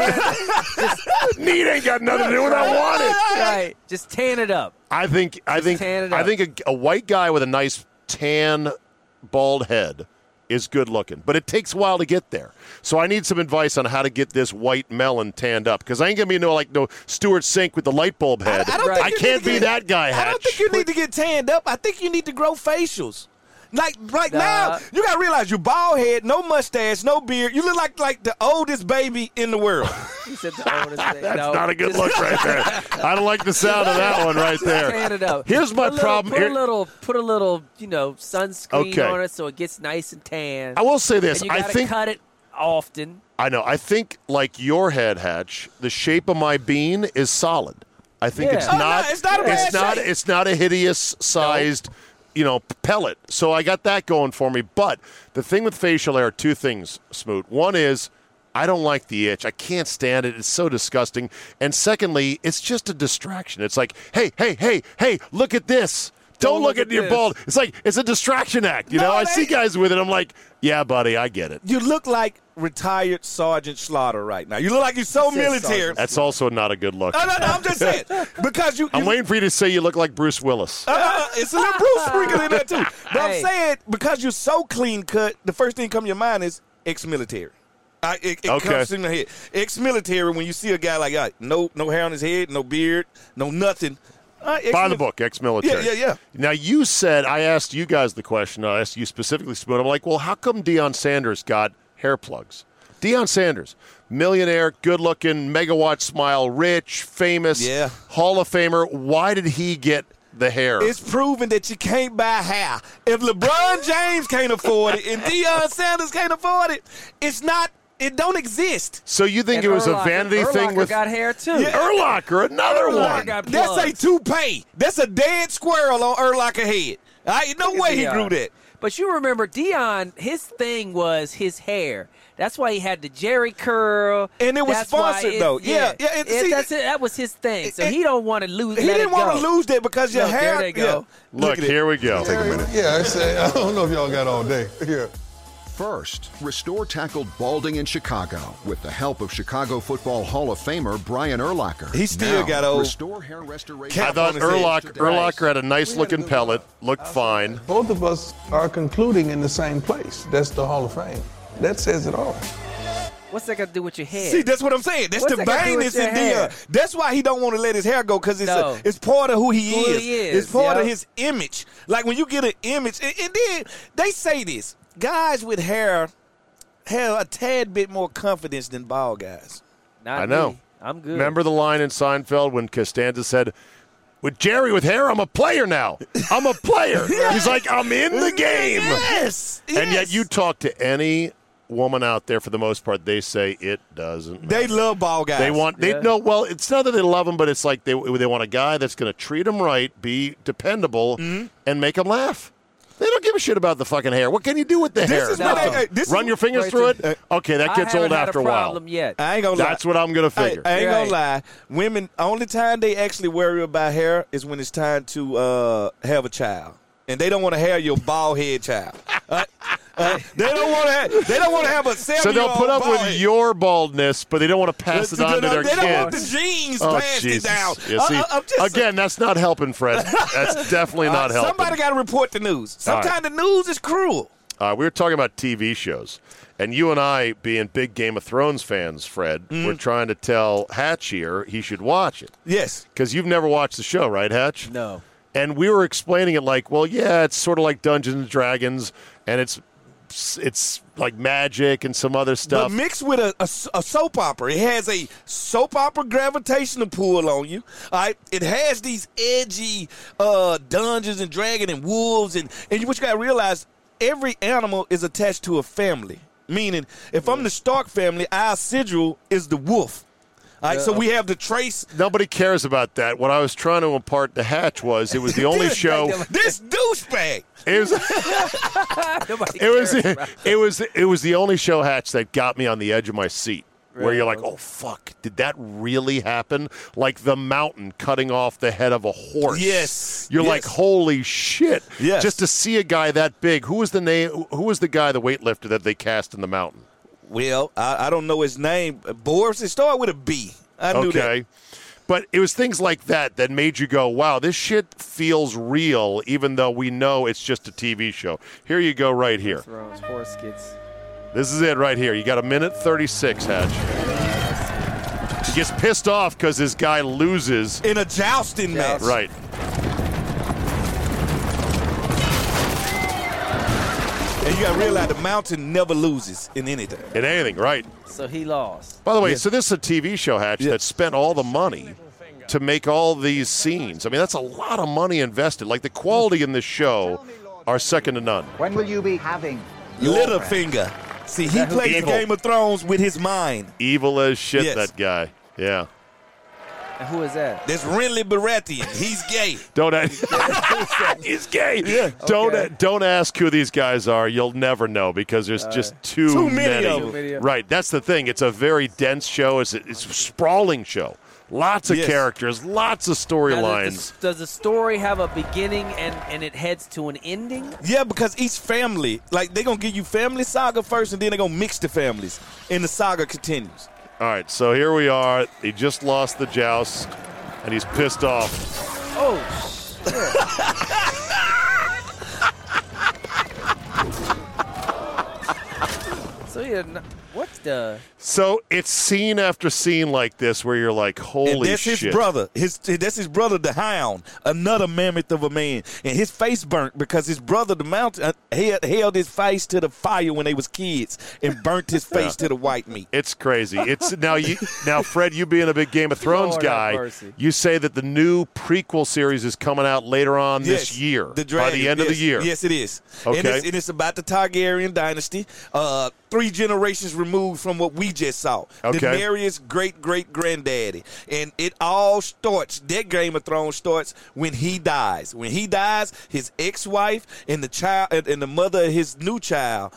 [SPEAKER 1] Need ain't got nothing to do with I want it.
[SPEAKER 2] Right. Just tan it up.
[SPEAKER 1] I think I think
[SPEAKER 2] tan it
[SPEAKER 1] I
[SPEAKER 2] up.
[SPEAKER 1] think a, a white guy with a nice tan bald head is good looking, but it takes a while to get there. So I need some advice on how to get this white melon tanned up because I ain't gonna be no like no Stewart Sink with the light bulb head.
[SPEAKER 3] I don't
[SPEAKER 2] Right.
[SPEAKER 3] think you
[SPEAKER 1] can't
[SPEAKER 3] need to
[SPEAKER 1] be
[SPEAKER 3] get-
[SPEAKER 1] that guy. Hatch.
[SPEAKER 3] I don't think you need to get tanned up. I think you need to grow facials. Like right
[SPEAKER 2] Nah.
[SPEAKER 3] now, you gotta realize you bald head, no mustache, no beard. You look like like the oldest baby in the world.
[SPEAKER 2] He said the oldest thing.
[SPEAKER 1] That's
[SPEAKER 2] No,
[SPEAKER 1] not a good
[SPEAKER 2] just
[SPEAKER 1] look right there. I don't like the sound of that one right there.
[SPEAKER 2] Tan it up.
[SPEAKER 1] Here's my
[SPEAKER 2] Put a little-
[SPEAKER 1] problem.
[SPEAKER 2] Put
[SPEAKER 1] Here-
[SPEAKER 2] a little, put a little, you know, sunscreen
[SPEAKER 1] Okay.
[SPEAKER 2] on it so it gets nice and tan.
[SPEAKER 1] I will say this.
[SPEAKER 2] And you
[SPEAKER 1] I
[SPEAKER 2] gotta
[SPEAKER 1] think
[SPEAKER 2] cut it often.
[SPEAKER 1] I know. I think like your head hatch, the shape of my bean is solid. I think
[SPEAKER 2] Yeah.
[SPEAKER 1] it's
[SPEAKER 2] Oh, no,
[SPEAKER 1] not.
[SPEAKER 3] it's not a bad
[SPEAKER 1] it's not.
[SPEAKER 3] shape.
[SPEAKER 1] It's not a hideous sized, you know, pellet. So I got that going for me. But the thing with facial hair, two things, Smoot. One is. I don't like the itch. I can't stand it. It's so disgusting. And secondly, it's just a distraction. It's like, hey, hey, hey, hey, look at this. Don't, look, at, your
[SPEAKER 2] this.
[SPEAKER 1] bald. It's like it's a distraction act. You
[SPEAKER 3] No,
[SPEAKER 1] know, I
[SPEAKER 3] it
[SPEAKER 1] see
[SPEAKER 3] ain't.
[SPEAKER 1] guys with it. I'm like, yeah, buddy, I get it.
[SPEAKER 3] You look like retired Sergeant Slaughter right now. You look like you're so
[SPEAKER 2] He said
[SPEAKER 3] military.
[SPEAKER 1] That's also not a good look.
[SPEAKER 3] No, no, no. I'm just saying because you.
[SPEAKER 1] I'm
[SPEAKER 3] you
[SPEAKER 1] waiting for you to say you look like Bruce Willis.
[SPEAKER 3] Uh, uh, uh, it's a little Bruce sprinkle in there too. But
[SPEAKER 2] Hey.
[SPEAKER 3] I'm saying because you're so clean cut, the first thing come to your mind is ex-military. I, it it
[SPEAKER 1] Okay.
[SPEAKER 3] comes in my head. Ex-military. When you see a guy like uh, no no hair on his head, no beard, no nothing. Uh,
[SPEAKER 1] By the
[SPEAKER 3] ex-mili-
[SPEAKER 1] book, ex-military.
[SPEAKER 3] Yeah, yeah, yeah.
[SPEAKER 1] Now you said I asked you guys the question. I asked you specifically, Spoon. I'm like, well, how come Deion Sanders got hair plugs? Deion Sanders, millionaire, good-looking, megawatt smile, rich, famous,
[SPEAKER 3] Yeah.
[SPEAKER 1] Hall of Famer. Why did he get the hair?
[SPEAKER 3] It's proven that you can't buy hair. If LeBron James can't afford it and Deion Sanders can't afford it, it's not. It don't exist.
[SPEAKER 1] so you think
[SPEAKER 2] And
[SPEAKER 1] it was
[SPEAKER 2] Urlacher-
[SPEAKER 1] a vanity thing
[SPEAKER 2] Urlacher
[SPEAKER 1] with er-
[SPEAKER 2] got hair too.
[SPEAKER 3] Yeah.
[SPEAKER 1] Urlacher, another
[SPEAKER 2] Urlacher
[SPEAKER 1] one.
[SPEAKER 2] got
[SPEAKER 3] That's a
[SPEAKER 2] plugs.
[SPEAKER 3] toupee. That's a dead squirrel on Erlacher head. I no
[SPEAKER 2] Look at
[SPEAKER 3] way he grew
[SPEAKER 2] Deion.
[SPEAKER 3] that.
[SPEAKER 2] But you remember Dion, his thing was his hair. That's why he had the Jerry curl,
[SPEAKER 3] And it was
[SPEAKER 2] That's why
[SPEAKER 3] sponsored, though. Yeah, yeah,
[SPEAKER 2] It,
[SPEAKER 3] and see-
[SPEAKER 2] that's it. That was his thing. So
[SPEAKER 3] It-
[SPEAKER 2] he don't want to lose.
[SPEAKER 3] He
[SPEAKER 2] let
[SPEAKER 3] didn't
[SPEAKER 2] it
[SPEAKER 3] want to
[SPEAKER 2] go.
[SPEAKER 3] lose that because your
[SPEAKER 2] Look,
[SPEAKER 3] hair.
[SPEAKER 2] there they go.
[SPEAKER 3] yeah.
[SPEAKER 1] Look,
[SPEAKER 3] at it.
[SPEAKER 1] here we go.
[SPEAKER 6] Yeah, I say I don't know if y'all got all day. Yeah.
[SPEAKER 7] First, Restore tackled balding in Chicago with the help of Chicago Football Hall of Famer Brian Urlacher.
[SPEAKER 3] He still
[SPEAKER 7] Now,
[SPEAKER 3] got old.
[SPEAKER 7] Restore hair restoration.
[SPEAKER 1] I
[SPEAKER 3] Cap
[SPEAKER 1] thought
[SPEAKER 3] on his head
[SPEAKER 1] Urlach,
[SPEAKER 3] today.
[SPEAKER 1] Urlacher had a nice looking pellet, looked fine.
[SPEAKER 8] Both of us are concluding in the same place. That's the Hall of Fame. That says it all.
[SPEAKER 2] What's that got to do with your head?
[SPEAKER 3] See, that's what I'm saying. That's
[SPEAKER 2] What's
[SPEAKER 3] the
[SPEAKER 2] that gotta do
[SPEAKER 3] vainness
[SPEAKER 2] with your
[SPEAKER 3] in there.
[SPEAKER 2] hair?
[SPEAKER 3] That's why he don't want to let his hair go because it's
[SPEAKER 2] No.
[SPEAKER 3] a, it's part of who he,
[SPEAKER 2] Who
[SPEAKER 3] is.
[SPEAKER 2] he is,
[SPEAKER 3] It's part of
[SPEAKER 2] yeah.
[SPEAKER 3] his image. Like when you get an image, and, and then they say this: guys with hair have a tad bit more confidence than bald guys.
[SPEAKER 2] Not
[SPEAKER 1] I know.
[SPEAKER 2] me. I'm good.
[SPEAKER 1] Remember the line in Seinfeld when Costanza said, with Jerry with hair, I'm a player now. I'm a player. He's like, I'm in the game.
[SPEAKER 3] Yes,
[SPEAKER 1] And yet
[SPEAKER 3] yes.
[SPEAKER 1] you talk to any woman out there for the most part, they say it doesn't matter.
[SPEAKER 3] they love bald guys.
[SPEAKER 1] They want they
[SPEAKER 2] Yeah.
[SPEAKER 1] no. Well, it's not that they love him, but it's like they they want a guy that's going to treat him right, be dependable,
[SPEAKER 2] Mm-hmm.
[SPEAKER 1] and make him laugh. They don't give a shit about the fucking hair. What can you do with the hair?
[SPEAKER 3] This is what
[SPEAKER 2] No.
[SPEAKER 3] I, I- this
[SPEAKER 1] Run
[SPEAKER 3] is,
[SPEAKER 1] your fingers
[SPEAKER 2] Right
[SPEAKER 1] through it.
[SPEAKER 3] there.
[SPEAKER 1] okay, that gets
[SPEAKER 2] I
[SPEAKER 1] old
[SPEAKER 2] haven't had
[SPEAKER 1] after
[SPEAKER 2] a
[SPEAKER 1] a while.
[SPEAKER 2] problem yet.
[SPEAKER 3] I ain't gonna lie.
[SPEAKER 1] That's what I'm going to
[SPEAKER 3] I-
[SPEAKER 1] figure.
[SPEAKER 3] I, ain't gonna lie.
[SPEAKER 2] Right.
[SPEAKER 3] Women, only time they actually worry about hair is when it's time to uh, have a child, and they don't want to have your bald head child. Uh, uh, they don't want to. Have, they don't want to have a seven.
[SPEAKER 1] so they'll put up with your baldness, but they don't want to pass it
[SPEAKER 3] They
[SPEAKER 1] on to
[SPEAKER 3] don't-
[SPEAKER 1] their
[SPEAKER 3] they don't want
[SPEAKER 1] kids.
[SPEAKER 3] the genes
[SPEAKER 1] Oh,
[SPEAKER 3] passed
[SPEAKER 1] Jesus.
[SPEAKER 3] down.
[SPEAKER 1] Yeah,
[SPEAKER 3] I-
[SPEAKER 1] see,
[SPEAKER 3] I- I'm just-
[SPEAKER 1] again, that's not helping, Fred. That's definitely
[SPEAKER 3] uh,
[SPEAKER 1] not helping.
[SPEAKER 3] Somebody got to report the news.
[SPEAKER 1] All right.
[SPEAKER 3] Sometimes the news is cruel.
[SPEAKER 1] Uh, we were talking about TV shows, and you and I, being big Game of Thrones fans, Fred,
[SPEAKER 3] Mm.
[SPEAKER 1] were trying to tell Hatch here he should watch it
[SPEAKER 3] Yes.
[SPEAKER 1] because you've never watched the show, right, Hatch?
[SPEAKER 2] No.
[SPEAKER 1] And we were explaining it like, well, yeah, it's sort of like Dungeons and Dragons, and it's it's like magic and some other stuff.
[SPEAKER 3] But mixed with a, a s- a soap opera. It has a soap opera gravitational pull on you. All right. It has these edgy uh, dungeons and dragon and wolves and and you, what you gotta realize every animal is attached to a family. Meaning, if I'm the Stark family, our sigil is the wolf. All right. So we have the trace.
[SPEAKER 1] Nobody cares about that. What I was trying to impart to Hatch was it was the only show.
[SPEAKER 3] This douchebag.
[SPEAKER 1] It was.
[SPEAKER 2] Nobody
[SPEAKER 1] it was
[SPEAKER 2] cares.
[SPEAKER 1] it was it was the only show hatch that got me on the edge of my seat where you're like oh fuck did that really happen like the mountain cutting off the head of a horse
[SPEAKER 3] Yes.
[SPEAKER 1] you're like
[SPEAKER 3] Yes.
[SPEAKER 1] holy shit
[SPEAKER 3] Yes.
[SPEAKER 1] just to see a guy that big who was the name who was the guy the weightlifter that they cast in the mountain
[SPEAKER 3] Well, I, I don't know his name. Boris. It started with a B. I knew that.
[SPEAKER 1] okay but it was things like that that made you go wow this shit feels real even though we know it's just a tv show here you go right here
[SPEAKER 2] Thrones, horse kids.
[SPEAKER 1] This is it right here. You got a minute 36, Hatch. He gets pissed off because this guy loses.
[SPEAKER 3] In a jousting match.
[SPEAKER 1] Right.
[SPEAKER 3] And you gotta realize the mountain never loses in anything.
[SPEAKER 1] In anything, right.
[SPEAKER 2] So he lost.
[SPEAKER 1] By the way, so this is a TV show, Hatch,
[SPEAKER 3] Yeah.
[SPEAKER 1] that spent all the money to make all these scenes. I mean, that's a lot of money invested. Like, the quality in this show are second to none.
[SPEAKER 6] When will you be having?
[SPEAKER 3] Littlefinger. See, he plays
[SPEAKER 1] Evil.
[SPEAKER 3] Game of Thrones with his mind.
[SPEAKER 1] Evil as shit,
[SPEAKER 3] Yes.
[SPEAKER 1] that guy. Yeah.
[SPEAKER 2] And who is that?
[SPEAKER 3] That's Renly Baratheon. He's gay.
[SPEAKER 1] Don't ask. He's gay. Don't
[SPEAKER 2] Okay.
[SPEAKER 1] don't ask who these guys are. You'll never know because there's just too,
[SPEAKER 3] Uh, Too many of them. Too
[SPEAKER 2] many of them.
[SPEAKER 1] Right. That's the thing. It's a very dense show. It's a, it's a sprawling show. Lots of
[SPEAKER 3] Yes.
[SPEAKER 1] characters. Lots of
[SPEAKER 2] Now,
[SPEAKER 1] storylines.
[SPEAKER 2] Does, the- does the story have a beginning and, and it heads to an ending?
[SPEAKER 3] yeah, because each family, like they're gonna give you family saga first and then they're gonna mix the families. And the saga continues.
[SPEAKER 1] All right. So here we are. He just lost the joust, and he's pissed off.
[SPEAKER 2] Oh, sh- so he didn't. What the?
[SPEAKER 1] So it's scene after scene like this where you're like, holy
[SPEAKER 3] and that's
[SPEAKER 1] shit.
[SPEAKER 3] his brother. His that's his brother, the Hound, another mammoth of a man, and his face burnt because his brother, the Mountain, uh, held, held his face to the fire when they was kids and burnt his face to the white meat.
[SPEAKER 1] It's crazy. It's now you now Fred, you being a big Game of Thrones
[SPEAKER 2] Lord have
[SPEAKER 1] guy,
[SPEAKER 2] mercy.
[SPEAKER 1] you say that the new prequel series is coming out later on this
[SPEAKER 3] Yes,
[SPEAKER 1] year.
[SPEAKER 3] The
[SPEAKER 1] by
[SPEAKER 3] dragon,
[SPEAKER 1] the end of
[SPEAKER 3] yes,
[SPEAKER 1] the year.
[SPEAKER 3] Yes, it is. And
[SPEAKER 1] Okay.
[SPEAKER 3] it's, and it's about the Targaryen dynasty, uh, three generations removed from what we just saw.
[SPEAKER 1] Okay.
[SPEAKER 3] Daenerys' great great granddaddy. And it all starts, that Game of Thrones starts when he dies. When he dies, his ex wife and the child and and the mother of his new child.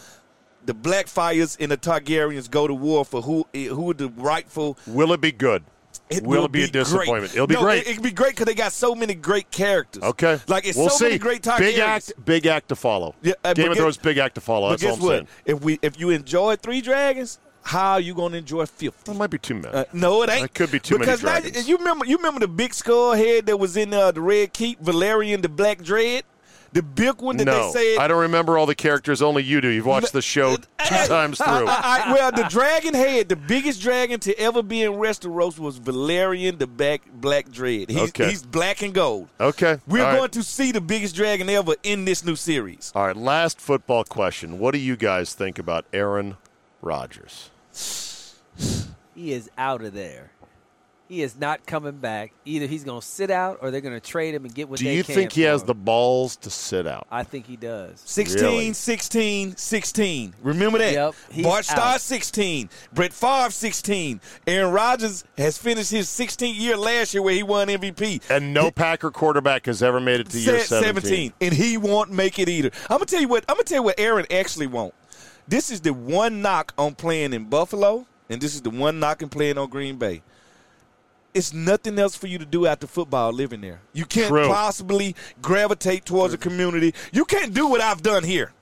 [SPEAKER 3] The Blackfires and the Targaryens go to war for who who the rightful
[SPEAKER 1] Will it be good?
[SPEAKER 3] it
[SPEAKER 1] Will
[SPEAKER 3] will,
[SPEAKER 1] it be a
[SPEAKER 3] great.
[SPEAKER 1] disappointment? It'll be
[SPEAKER 3] No,
[SPEAKER 1] great.
[SPEAKER 3] It, it'll be great because they got so many great characters.
[SPEAKER 1] Okay.
[SPEAKER 3] like it's
[SPEAKER 1] we'll
[SPEAKER 3] so
[SPEAKER 1] see.
[SPEAKER 3] many great Targaryens.
[SPEAKER 1] Big act, big act to follow.
[SPEAKER 3] Yeah, uh,
[SPEAKER 1] Game
[SPEAKER 3] but
[SPEAKER 1] of
[SPEAKER 3] guess-
[SPEAKER 1] Thrones, big act to follow.
[SPEAKER 3] But
[SPEAKER 1] That's
[SPEAKER 3] guess
[SPEAKER 1] all I'm
[SPEAKER 3] what?
[SPEAKER 1] saying.
[SPEAKER 3] If we if you enjoyed Three Dragons, how are you gonna enjoy fifty?
[SPEAKER 1] That might be too many.
[SPEAKER 3] Uh, no, it ain't.
[SPEAKER 1] That could be too many
[SPEAKER 3] because now-
[SPEAKER 1] dragons.
[SPEAKER 3] you remember, you remember the big skull head that was in uh, the Red Keep, Valerian the Black Dread, the big one that
[SPEAKER 1] no,
[SPEAKER 3] they said.
[SPEAKER 1] I don't remember all the characters. Only you do. You've watched the show two
[SPEAKER 3] Hey,
[SPEAKER 1] times through.
[SPEAKER 3] I- I- well, the dragon head, the biggest dragon to ever be in Westeros was Valerian the Black Black Dread. He's,
[SPEAKER 1] Okay.
[SPEAKER 3] he's black and gold.
[SPEAKER 1] Okay,
[SPEAKER 3] We're
[SPEAKER 1] all right.
[SPEAKER 3] going to see the biggest dragon ever in this new series.
[SPEAKER 1] All right, last football question. What do you guys think about Aaron Rodgers?
[SPEAKER 2] He is out of there. He is not coming back. Either he's going to sit out or they're going to trade him and get what
[SPEAKER 1] Do
[SPEAKER 2] they
[SPEAKER 1] you
[SPEAKER 2] can
[SPEAKER 1] think he
[SPEAKER 2] for
[SPEAKER 1] has
[SPEAKER 2] him.
[SPEAKER 1] the balls to sit out?
[SPEAKER 2] I think he does.
[SPEAKER 3] 16,
[SPEAKER 1] Really?
[SPEAKER 3] 16, 16. Remember that.
[SPEAKER 2] Yep, he's
[SPEAKER 3] Bart Starr,
[SPEAKER 2] out.
[SPEAKER 3] 16. Brett Favre, 16. Aaron Rodgers has finished his 16th year last year where he won MVP.
[SPEAKER 1] And no Packer quarterback has ever made it to year
[SPEAKER 3] Said
[SPEAKER 1] 17.
[SPEAKER 3] and he won't make it either. I'm gonna tell you what. I'm gonna tell you what Aaron actually won't. This is the one knock on playing in Buffalo, and this is the one knock in playing on Green Bay. It's nothing else for you to do after football living there. You can't
[SPEAKER 1] True.
[SPEAKER 3] possibly gravitate towards a community. You can't do what I've done here.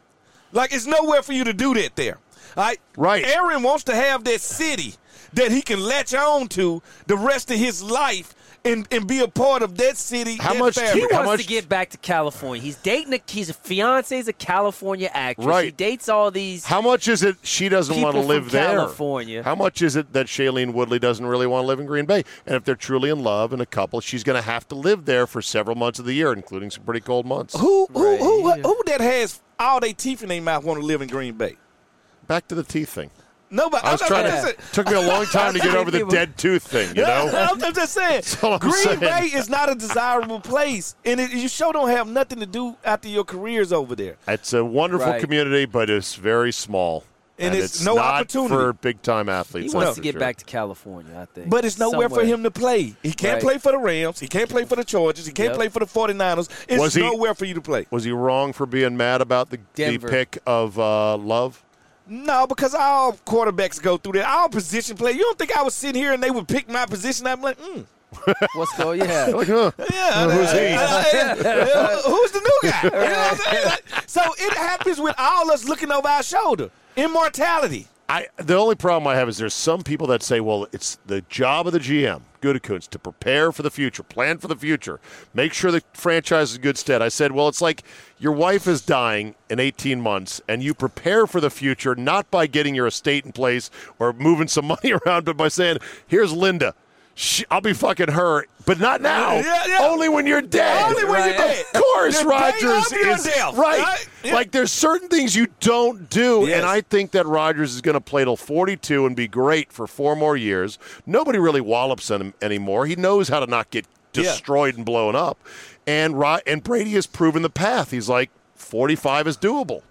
[SPEAKER 3] Like it's nowhere for you to do that there. All right?
[SPEAKER 1] Right.
[SPEAKER 3] Aaron wants to have that city that he can latch on to the rest of his life and, and be a part of that city.
[SPEAKER 1] How
[SPEAKER 3] that
[SPEAKER 1] much do
[SPEAKER 3] fabric.
[SPEAKER 1] you-
[SPEAKER 2] He
[SPEAKER 1] How
[SPEAKER 2] wants
[SPEAKER 1] much-
[SPEAKER 2] to get back to California. He's dating a he's a fiance's a California actress. He
[SPEAKER 1] Right.
[SPEAKER 2] dates all these
[SPEAKER 1] How much is it she doesn't
[SPEAKER 2] People
[SPEAKER 1] want to
[SPEAKER 2] from
[SPEAKER 1] live there?
[SPEAKER 2] California.
[SPEAKER 1] How much is it that Shailene Woodley doesn't really want to live in Green Bay? And if they're truly in love and a couple, she's going to have to live there for several months of the year, including some pretty cold months.
[SPEAKER 3] Who who who who that has all their teeth in their mouth want to live in Green Bay?
[SPEAKER 1] Back to the teeth thing.
[SPEAKER 3] Nobody.
[SPEAKER 1] I was
[SPEAKER 3] I'm
[SPEAKER 1] trying
[SPEAKER 3] just
[SPEAKER 1] to.
[SPEAKER 3] saying-
[SPEAKER 1] Took me a long time to get over the
[SPEAKER 2] People-
[SPEAKER 1] dead tooth thing. You know.
[SPEAKER 3] I'm, I'm just saying,
[SPEAKER 1] all I'm
[SPEAKER 3] Green
[SPEAKER 1] saying.
[SPEAKER 3] Bay is not a desirable place, and it, you sure don't have nothing to do after your career's over there.
[SPEAKER 1] It's a wonderful
[SPEAKER 2] Right.
[SPEAKER 1] community, but it's very small,
[SPEAKER 3] And it's no
[SPEAKER 1] not
[SPEAKER 3] opportunity.
[SPEAKER 1] for big time athletes.
[SPEAKER 2] He wants
[SPEAKER 1] that's
[SPEAKER 2] to
[SPEAKER 1] for
[SPEAKER 2] get
[SPEAKER 1] sure.
[SPEAKER 2] back to California, I think.
[SPEAKER 3] But it's nowhere for
[SPEAKER 2] Somewhere.
[SPEAKER 3] him to play. He can't
[SPEAKER 2] Right.
[SPEAKER 3] play for the Rams. He can't play for the Chargers. He can't
[SPEAKER 2] Yep.
[SPEAKER 3] play for the 49ers. It's
[SPEAKER 1] Was he-
[SPEAKER 3] nowhere for you to play.
[SPEAKER 1] Was he wrong for being mad about the, the
[SPEAKER 2] Denver.
[SPEAKER 1] pick of uh, Love?
[SPEAKER 3] No, because all quarterbacks go through that. All position play. You don't think I was sitting here and they would pick my position? I'm like, mm,
[SPEAKER 2] What's going yeah.
[SPEAKER 1] Like, huh,
[SPEAKER 3] Yeah,
[SPEAKER 1] who's he?
[SPEAKER 3] who's the new guy? You know what I'm saying? Like, so it happens with all us looking over our shoulder. Immortality.
[SPEAKER 1] I the only problem I have is there's some people that say, well, it's the job of the GM, Gutekunst, to prepare for the future, plan for the future, make sure the franchise is in good stead. I said, well, it's like your wife is dying in 18 months, and you prepare for the future not by getting your estate in place or moving some money around, but by saying, here's Linda. She, I'll be fucking her, but not now.
[SPEAKER 3] Yeah, yeah.
[SPEAKER 1] Only when you're dead.
[SPEAKER 3] Only when you're
[SPEAKER 2] Right.
[SPEAKER 3] dead.
[SPEAKER 1] Of course,
[SPEAKER 3] The day
[SPEAKER 1] Rogers
[SPEAKER 3] of your
[SPEAKER 1] is
[SPEAKER 3] death,
[SPEAKER 1] right.
[SPEAKER 3] right? Yeah.
[SPEAKER 1] Like there's certain things you don't do,
[SPEAKER 3] Yes.
[SPEAKER 1] and I think that Rogers is going to play till 42 and be great for four more years. Nobody really wallops on him anymore. He knows how to not get
[SPEAKER 3] Yeah.
[SPEAKER 1] destroyed and blown up. And Ro- and Brady has proven the path. He's like 45 is doable.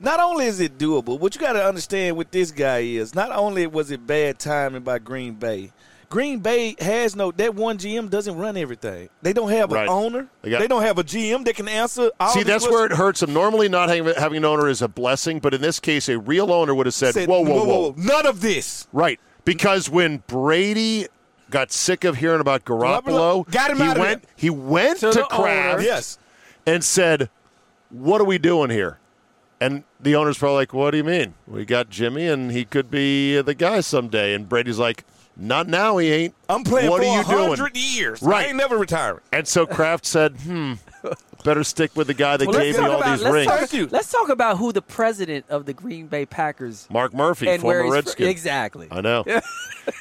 [SPEAKER 3] Not only is it doable, what you got to understand with this guy is not only was it bad timing by Green Bay. Green Bay has no that one GM doesn't run everything. They don't have an
[SPEAKER 1] Right.
[SPEAKER 3] owner.
[SPEAKER 1] They
[SPEAKER 3] They,
[SPEAKER 1] got-
[SPEAKER 3] don't have a GM that can answer. All
[SPEAKER 1] See,
[SPEAKER 3] these
[SPEAKER 1] that's
[SPEAKER 3] questions.
[SPEAKER 1] where it hurts him. Normally, not having, having an owner is a blessing, but in this case, a real owner would have said,
[SPEAKER 3] Said,
[SPEAKER 1] whoa, whoa, whoa,
[SPEAKER 3] none of this.
[SPEAKER 1] Right. Because when Brady got sick of hearing about Garoppolo,
[SPEAKER 3] Garoppolo got him
[SPEAKER 1] he
[SPEAKER 3] out of
[SPEAKER 1] went
[SPEAKER 3] there.
[SPEAKER 1] he went to,
[SPEAKER 2] the
[SPEAKER 1] Kraft
[SPEAKER 2] owner.
[SPEAKER 3] Yes,
[SPEAKER 1] and said, "What are we doing here?" And the owner's probably like, "What do you mean? We got Jimmy, and he could be the guy someday." And Brady's like, "Not now, he ain't.
[SPEAKER 3] I'm playing
[SPEAKER 1] What
[SPEAKER 3] for
[SPEAKER 1] are you doing?"
[SPEAKER 3] hundred years.
[SPEAKER 1] Right.
[SPEAKER 3] I ain't never retiring.
[SPEAKER 1] And so Kraft said, "Hmm, better stick with the guy that
[SPEAKER 2] Well,
[SPEAKER 1] gave me all
[SPEAKER 2] about,
[SPEAKER 1] these
[SPEAKER 2] let's
[SPEAKER 1] rings."
[SPEAKER 2] talk-
[SPEAKER 3] Thank you.
[SPEAKER 2] let's talk about who the president of the Green Bay Packers
[SPEAKER 1] Mark Murphy,
[SPEAKER 2] and where
[SPEAKER 1] former
[SPEAKER 2] he's fr-
[SPEAKER 1] Redskin.
[SPEAKER 2] Exactly.
[SPEAKER 1] I know.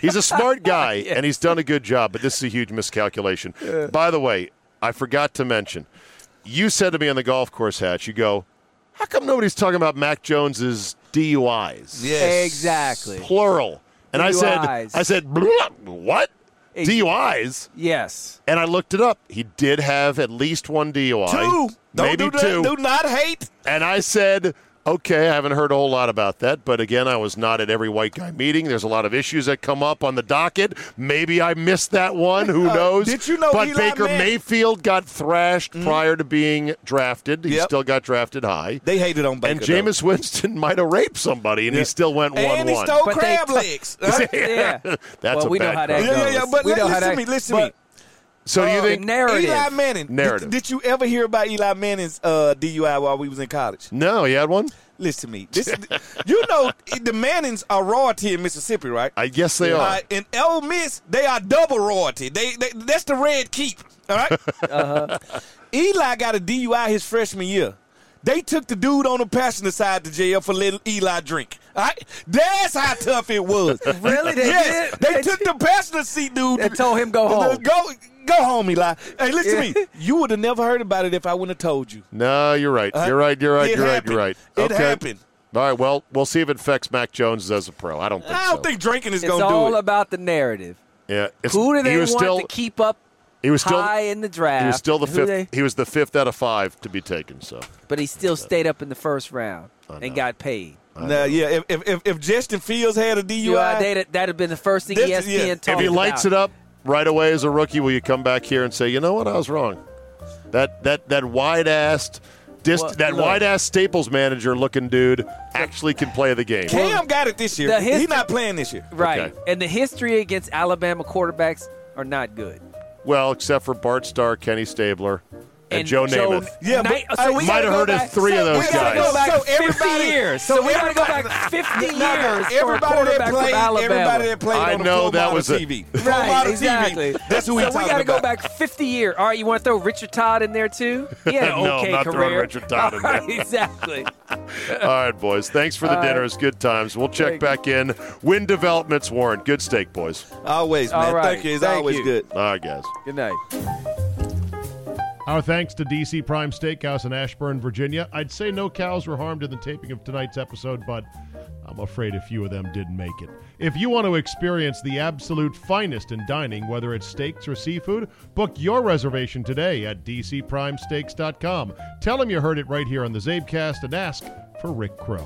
[SPEAKER 1] he's a smart guy and he's done a good job, but this is a huge miscalculation. By the way, I forgot to mention, you said to me on the golf course hatch, you go, how come nobody's talking about Mac Jones's DUIs?
[SPEAKER 3] Yes,
[SPEAKER 2] Exactly.
[SPEAKER 1] Plural. And I said,
[SPEAKER 2] DUIs.
[SPEAKER 1] I said, "Blah, what?
[SPEAKER 2] Ex-
[SPEAKER 1] DUIs?
[SPEAKER 2] Yes.
[SPEAKER 1] And I looked it up. He did have at least one DUI.
[SPEAKER 3] Two. Don't
[SPEAKER 1] maybe
[SPEAKER 3] do that.
[SPEAKER 1] two.
[SPEAKER 3] Do not hate.
[SPEAKER 1] And I said,
[SPEAKER 7] Okay, I haven't heard a whole lot about that, but again, I was not at every white guy meeting. There's a lot of issues that come up on the docket. Maybe I missed that one. Who knows?
[SPEAKER 3] Uh, did you know
[SPEAKER 7] But
[SPEAKER 3] Eli
[SPEAKER 7] Baker
[SPEAKER 3] Manning- Mm-hmm.
[SPEAKER 7] Mayfield got thrashed prior to being drafted. He
[SPEAKER 3] Yep.
[SPEAKER 7] still got drafted high.
[SPEAKER 3] They hated on Baker.
[SPEAKER 7] and
[SPEAKER 3] though.
[SPEAKER 7] Jameis Winston might have raped somebody, and he still went one-one.
[SPEAKER 3] and he stole
[SPEAKER 2] But they
[SPEAKER 3] crab
[SPEAKER 2] t-
[SPEAKER 3] legs.
[SPEAKER 2] yeah.
[SPEAKER 7] That's
[SPEAKER 2] well,
[SPEAKER 7] a
[SPEAKER 2] we know
[SPEAKER 7] bad
[SPEAKER 2] how that
[SPEAKER 7] crime.
[SPEAKER 3] Yeah, yeah,
[SPEAKER 2] goes.
[SPEAKER 3] yeah, but
[SPEAKER 2] we
[SPEAKER 3] li-
[SPEAKER 2] know how
[SPEAKER 3] listen
[SPEAKER 2] that,
[SPEAKER 3] to me, listen to
[SPEAKER 2] but
[SPEAKER 3] me.
[SPEAKER 7] so do you
[SPEAKER 2] the
[SPEAKER 7] think?
[SPEAKER 2] narrative?
[SPEAKER 3] Eli Manning. Did-
[SPEAKER 7] Narrative.
[SPEAKER 3] Did, you ever hear about Eli Manning's uh, DUI while we was in college?
[SPEAKER 7] No, he had one.
[SPEAKER 3] Listen to me. This, you know the Mannings are royalty in Mississippi, right?
[SPEAKER 7] I guess they
[SPEAKER 3] Uh,
[SPEAKER 7] are.
[SPEAKER 3] in Ole Miss, they are double royalty. They, they that's the red keep. All right. Uh-huh. Eli got a DUI his freshman year. They took the dude on the passenger side to jail for letting Eli drink. All right. That's how tough it was.
[SPEAKER 2] Really? They
[SPEAKER 3] yes.
[SPEAKER 2] did?
[SPEAKER 3] They,
[SPEAKER 2] They
[SPEAKER 3] took the passenger seat dude
[SPEAKER 2] They told him go
[SPEAKER 7] Oh.
[SPEAKER 2] home.
[SPEAKER 3] Go go home, Eli. Hey, listen
[SPEAKER 2] Yeah.
[SPEAKER 3] to me. You would have never heard about it if I wouldn't have told you.
[SPEAKER 7] No, you're right.
[SPEAKER 3] Uh,
[SPEAKER 7] You're right. You're right.
[SPEAKER 3] it
[SPEAKER 7] You're right.
[SPEAKER 3] happened.
[SPEAKER 7] You're right.
[SPEAKER 3] It happened.
[SPEAKER 7] All right. Well, we'll see if it affects Mac Jones as a pro. I don't think.
[SPEAKER 3] I don't
[SPEAKER 7] so.
[SPEAKER 3] think drinking is
[SPEAKER 2] It's
[SPEAKER 3] going to do it.
[SPEAKER 2] all about the narrative.
[SPEAKER 7] Yeah. it's-
[SPEAKER 2] Who do they
[SPEAKER 7] he was
[SPEAKER 2] want
[SPEAKER 7] still,
[SPEAKER 2] to keep up
[SPEAKER 7] He was still.
[SPEAKER 2] high in the draft?
[SPEAKER 7] he was still the
[SPEAKER 2] Who
[SPEAKER 7] fifth.
[SPEAKER 2] they-
[SPEAKER 7] He was the fifth out of five to be taken. So
[SPEAKER 2] but he still stayed up in the first round and got paid.
[SPEAKER 3] Nah, yeah. If, if if if Justin Fields had a DUI,
[SPEAKER 2] You know, that'd, that'd have been the first thing E
[SPEAKER 3] This-
[SPEAKER 2] ESPN
[SPEAKER 3] yeah. If
[SPEAKER 2] talked
[SPEAKER 7] if he lights
[SPEAKER 2] about.
[SPEAKER 7] it up right away as a rookie, will you come back here and say, you know what, I was wrong? That that that wide assed. Dist-
[SPEAKER 2] Well,
[SPEAKER 7] that
[SPEAKER 2] look.
[SPEAKER 7] wide ass Staples manager looking dude actually can play the game.
[SPEAKER 3] Cam got it this year.
[SPEAKER 2] The
[SPEAKER 3] He's
[SPEAKER 2] history-
[SPEAKER 3] not playing this year.
[SPEAKER 2] Right.
[SPEAKER 7] Okay.
[SPEAKER 2] And the history against Alabama quarterbacks are not good.
[SPEAKER 7] Well, except for Bart Starr, Kenny Stabler, and, Joe, Namath.
[SPEAKER 3] Yeah, but
[SPEAKER 2] Knight-
[SPEAKER 3] I
[SPEAKER 2] so we
[SPEAKER 7] might
[SPEAKER 2] gotta
[SPEAKER 7] have
[SPEAKER 2] go
[SPEAKER 7] heard of
[SPEAKER 2] back-
[SPEAKER 7] three of
[SPEAKER 2] so we
[SPEAKER 7] those
[SPEAKER 2] gotta
[SPEAKER 7] guys.
[SPEAKER 2] Go back
[SPEAKER 3] So
[SPEAKER 2] 50
[SPEAKER 3] everybody-
[SPEAKER 2] years.
[SPEAKER 3] so
[SPEAKER 2] So, we got to go
[SPEAKER 3] everybody-
[SPEAKER 2] back 50 years.
[SPEAKER 3] No,
[SPEAKER 2] for a
[SPEAKER 3] everybody
[SPEAKER 2] quarterback
[SPEAKER 3] that
[SPEAKER 2] from
[SPEAKER 3] played,
[SPEAKER 2] Alabama.
[SPEAKER 3] everybody that played
[SPEAKER 7] I
[SPEAKER 3] on
[SPEAKER 7] know
[SPEAKER 3] the Pro
[SPEAKER 7] that
[SPEAKER 3] Model
[SPEAKER 7] was a-
[SPEAKER 3] TV. Pro
[SPEAKER 2] Right,
[SPEAKER 3] Model
[SPEAKER 2] exactly.
[SPEAKER 3] TV. That's who we
[SPEAKER 2] so we
[SPEAKER 3] talking
[SPEAKER 2] gotta go
[SPEAKER 3] about.
[SPEAKER 2] back 50 years. All right, you want to throw Richard Todd in there too? Yeah,
[SPEAKER 7] No,
[SPEAKER 2] okay
[SPEAKER 7] I'm not
[SPEAKER 2] career.
[SPEAKER 7] throwing Richard Todd in
[SPEAKER 2] All right,
[SPEAKER 7] there.
[SPEAKER 2] exactly.
[SPEAKER 7] All right, boys. Thanks for the dinner. It's good times. We'll check
[SPEAKER 2] Thank you.
[SPEAKER 7] back in when developments warrant. Good steak, boys.
[SPEAKER 3] Always,
[SPEAKER 2] All
[SPEAKER 3] man.
[SPEAKER 2] right.
[SPEAKER 3] Thank you. It's
[SPEAKER 2] Thank
[SPEAKER 3] always
[SPEAKER 2] you.
[SPEAKER 3] good.
[SPEAKER 7] All right, guys.
[SPEAKER 2] Good night.
[SPEAKER 1] Our thanks to DC Prime Steakhouse in Ashburn, Virginia. I'd say no cows were harmed in the taping of tonight's episode, but I'm afraid a few of them didn't make it. If you want to experience the absolute finest in dining, whether it's steaks or seafood, book your reservation today at dcprimesteaks.com. Tell them you heard it right here on the Zabecast and ask for Rick Crow.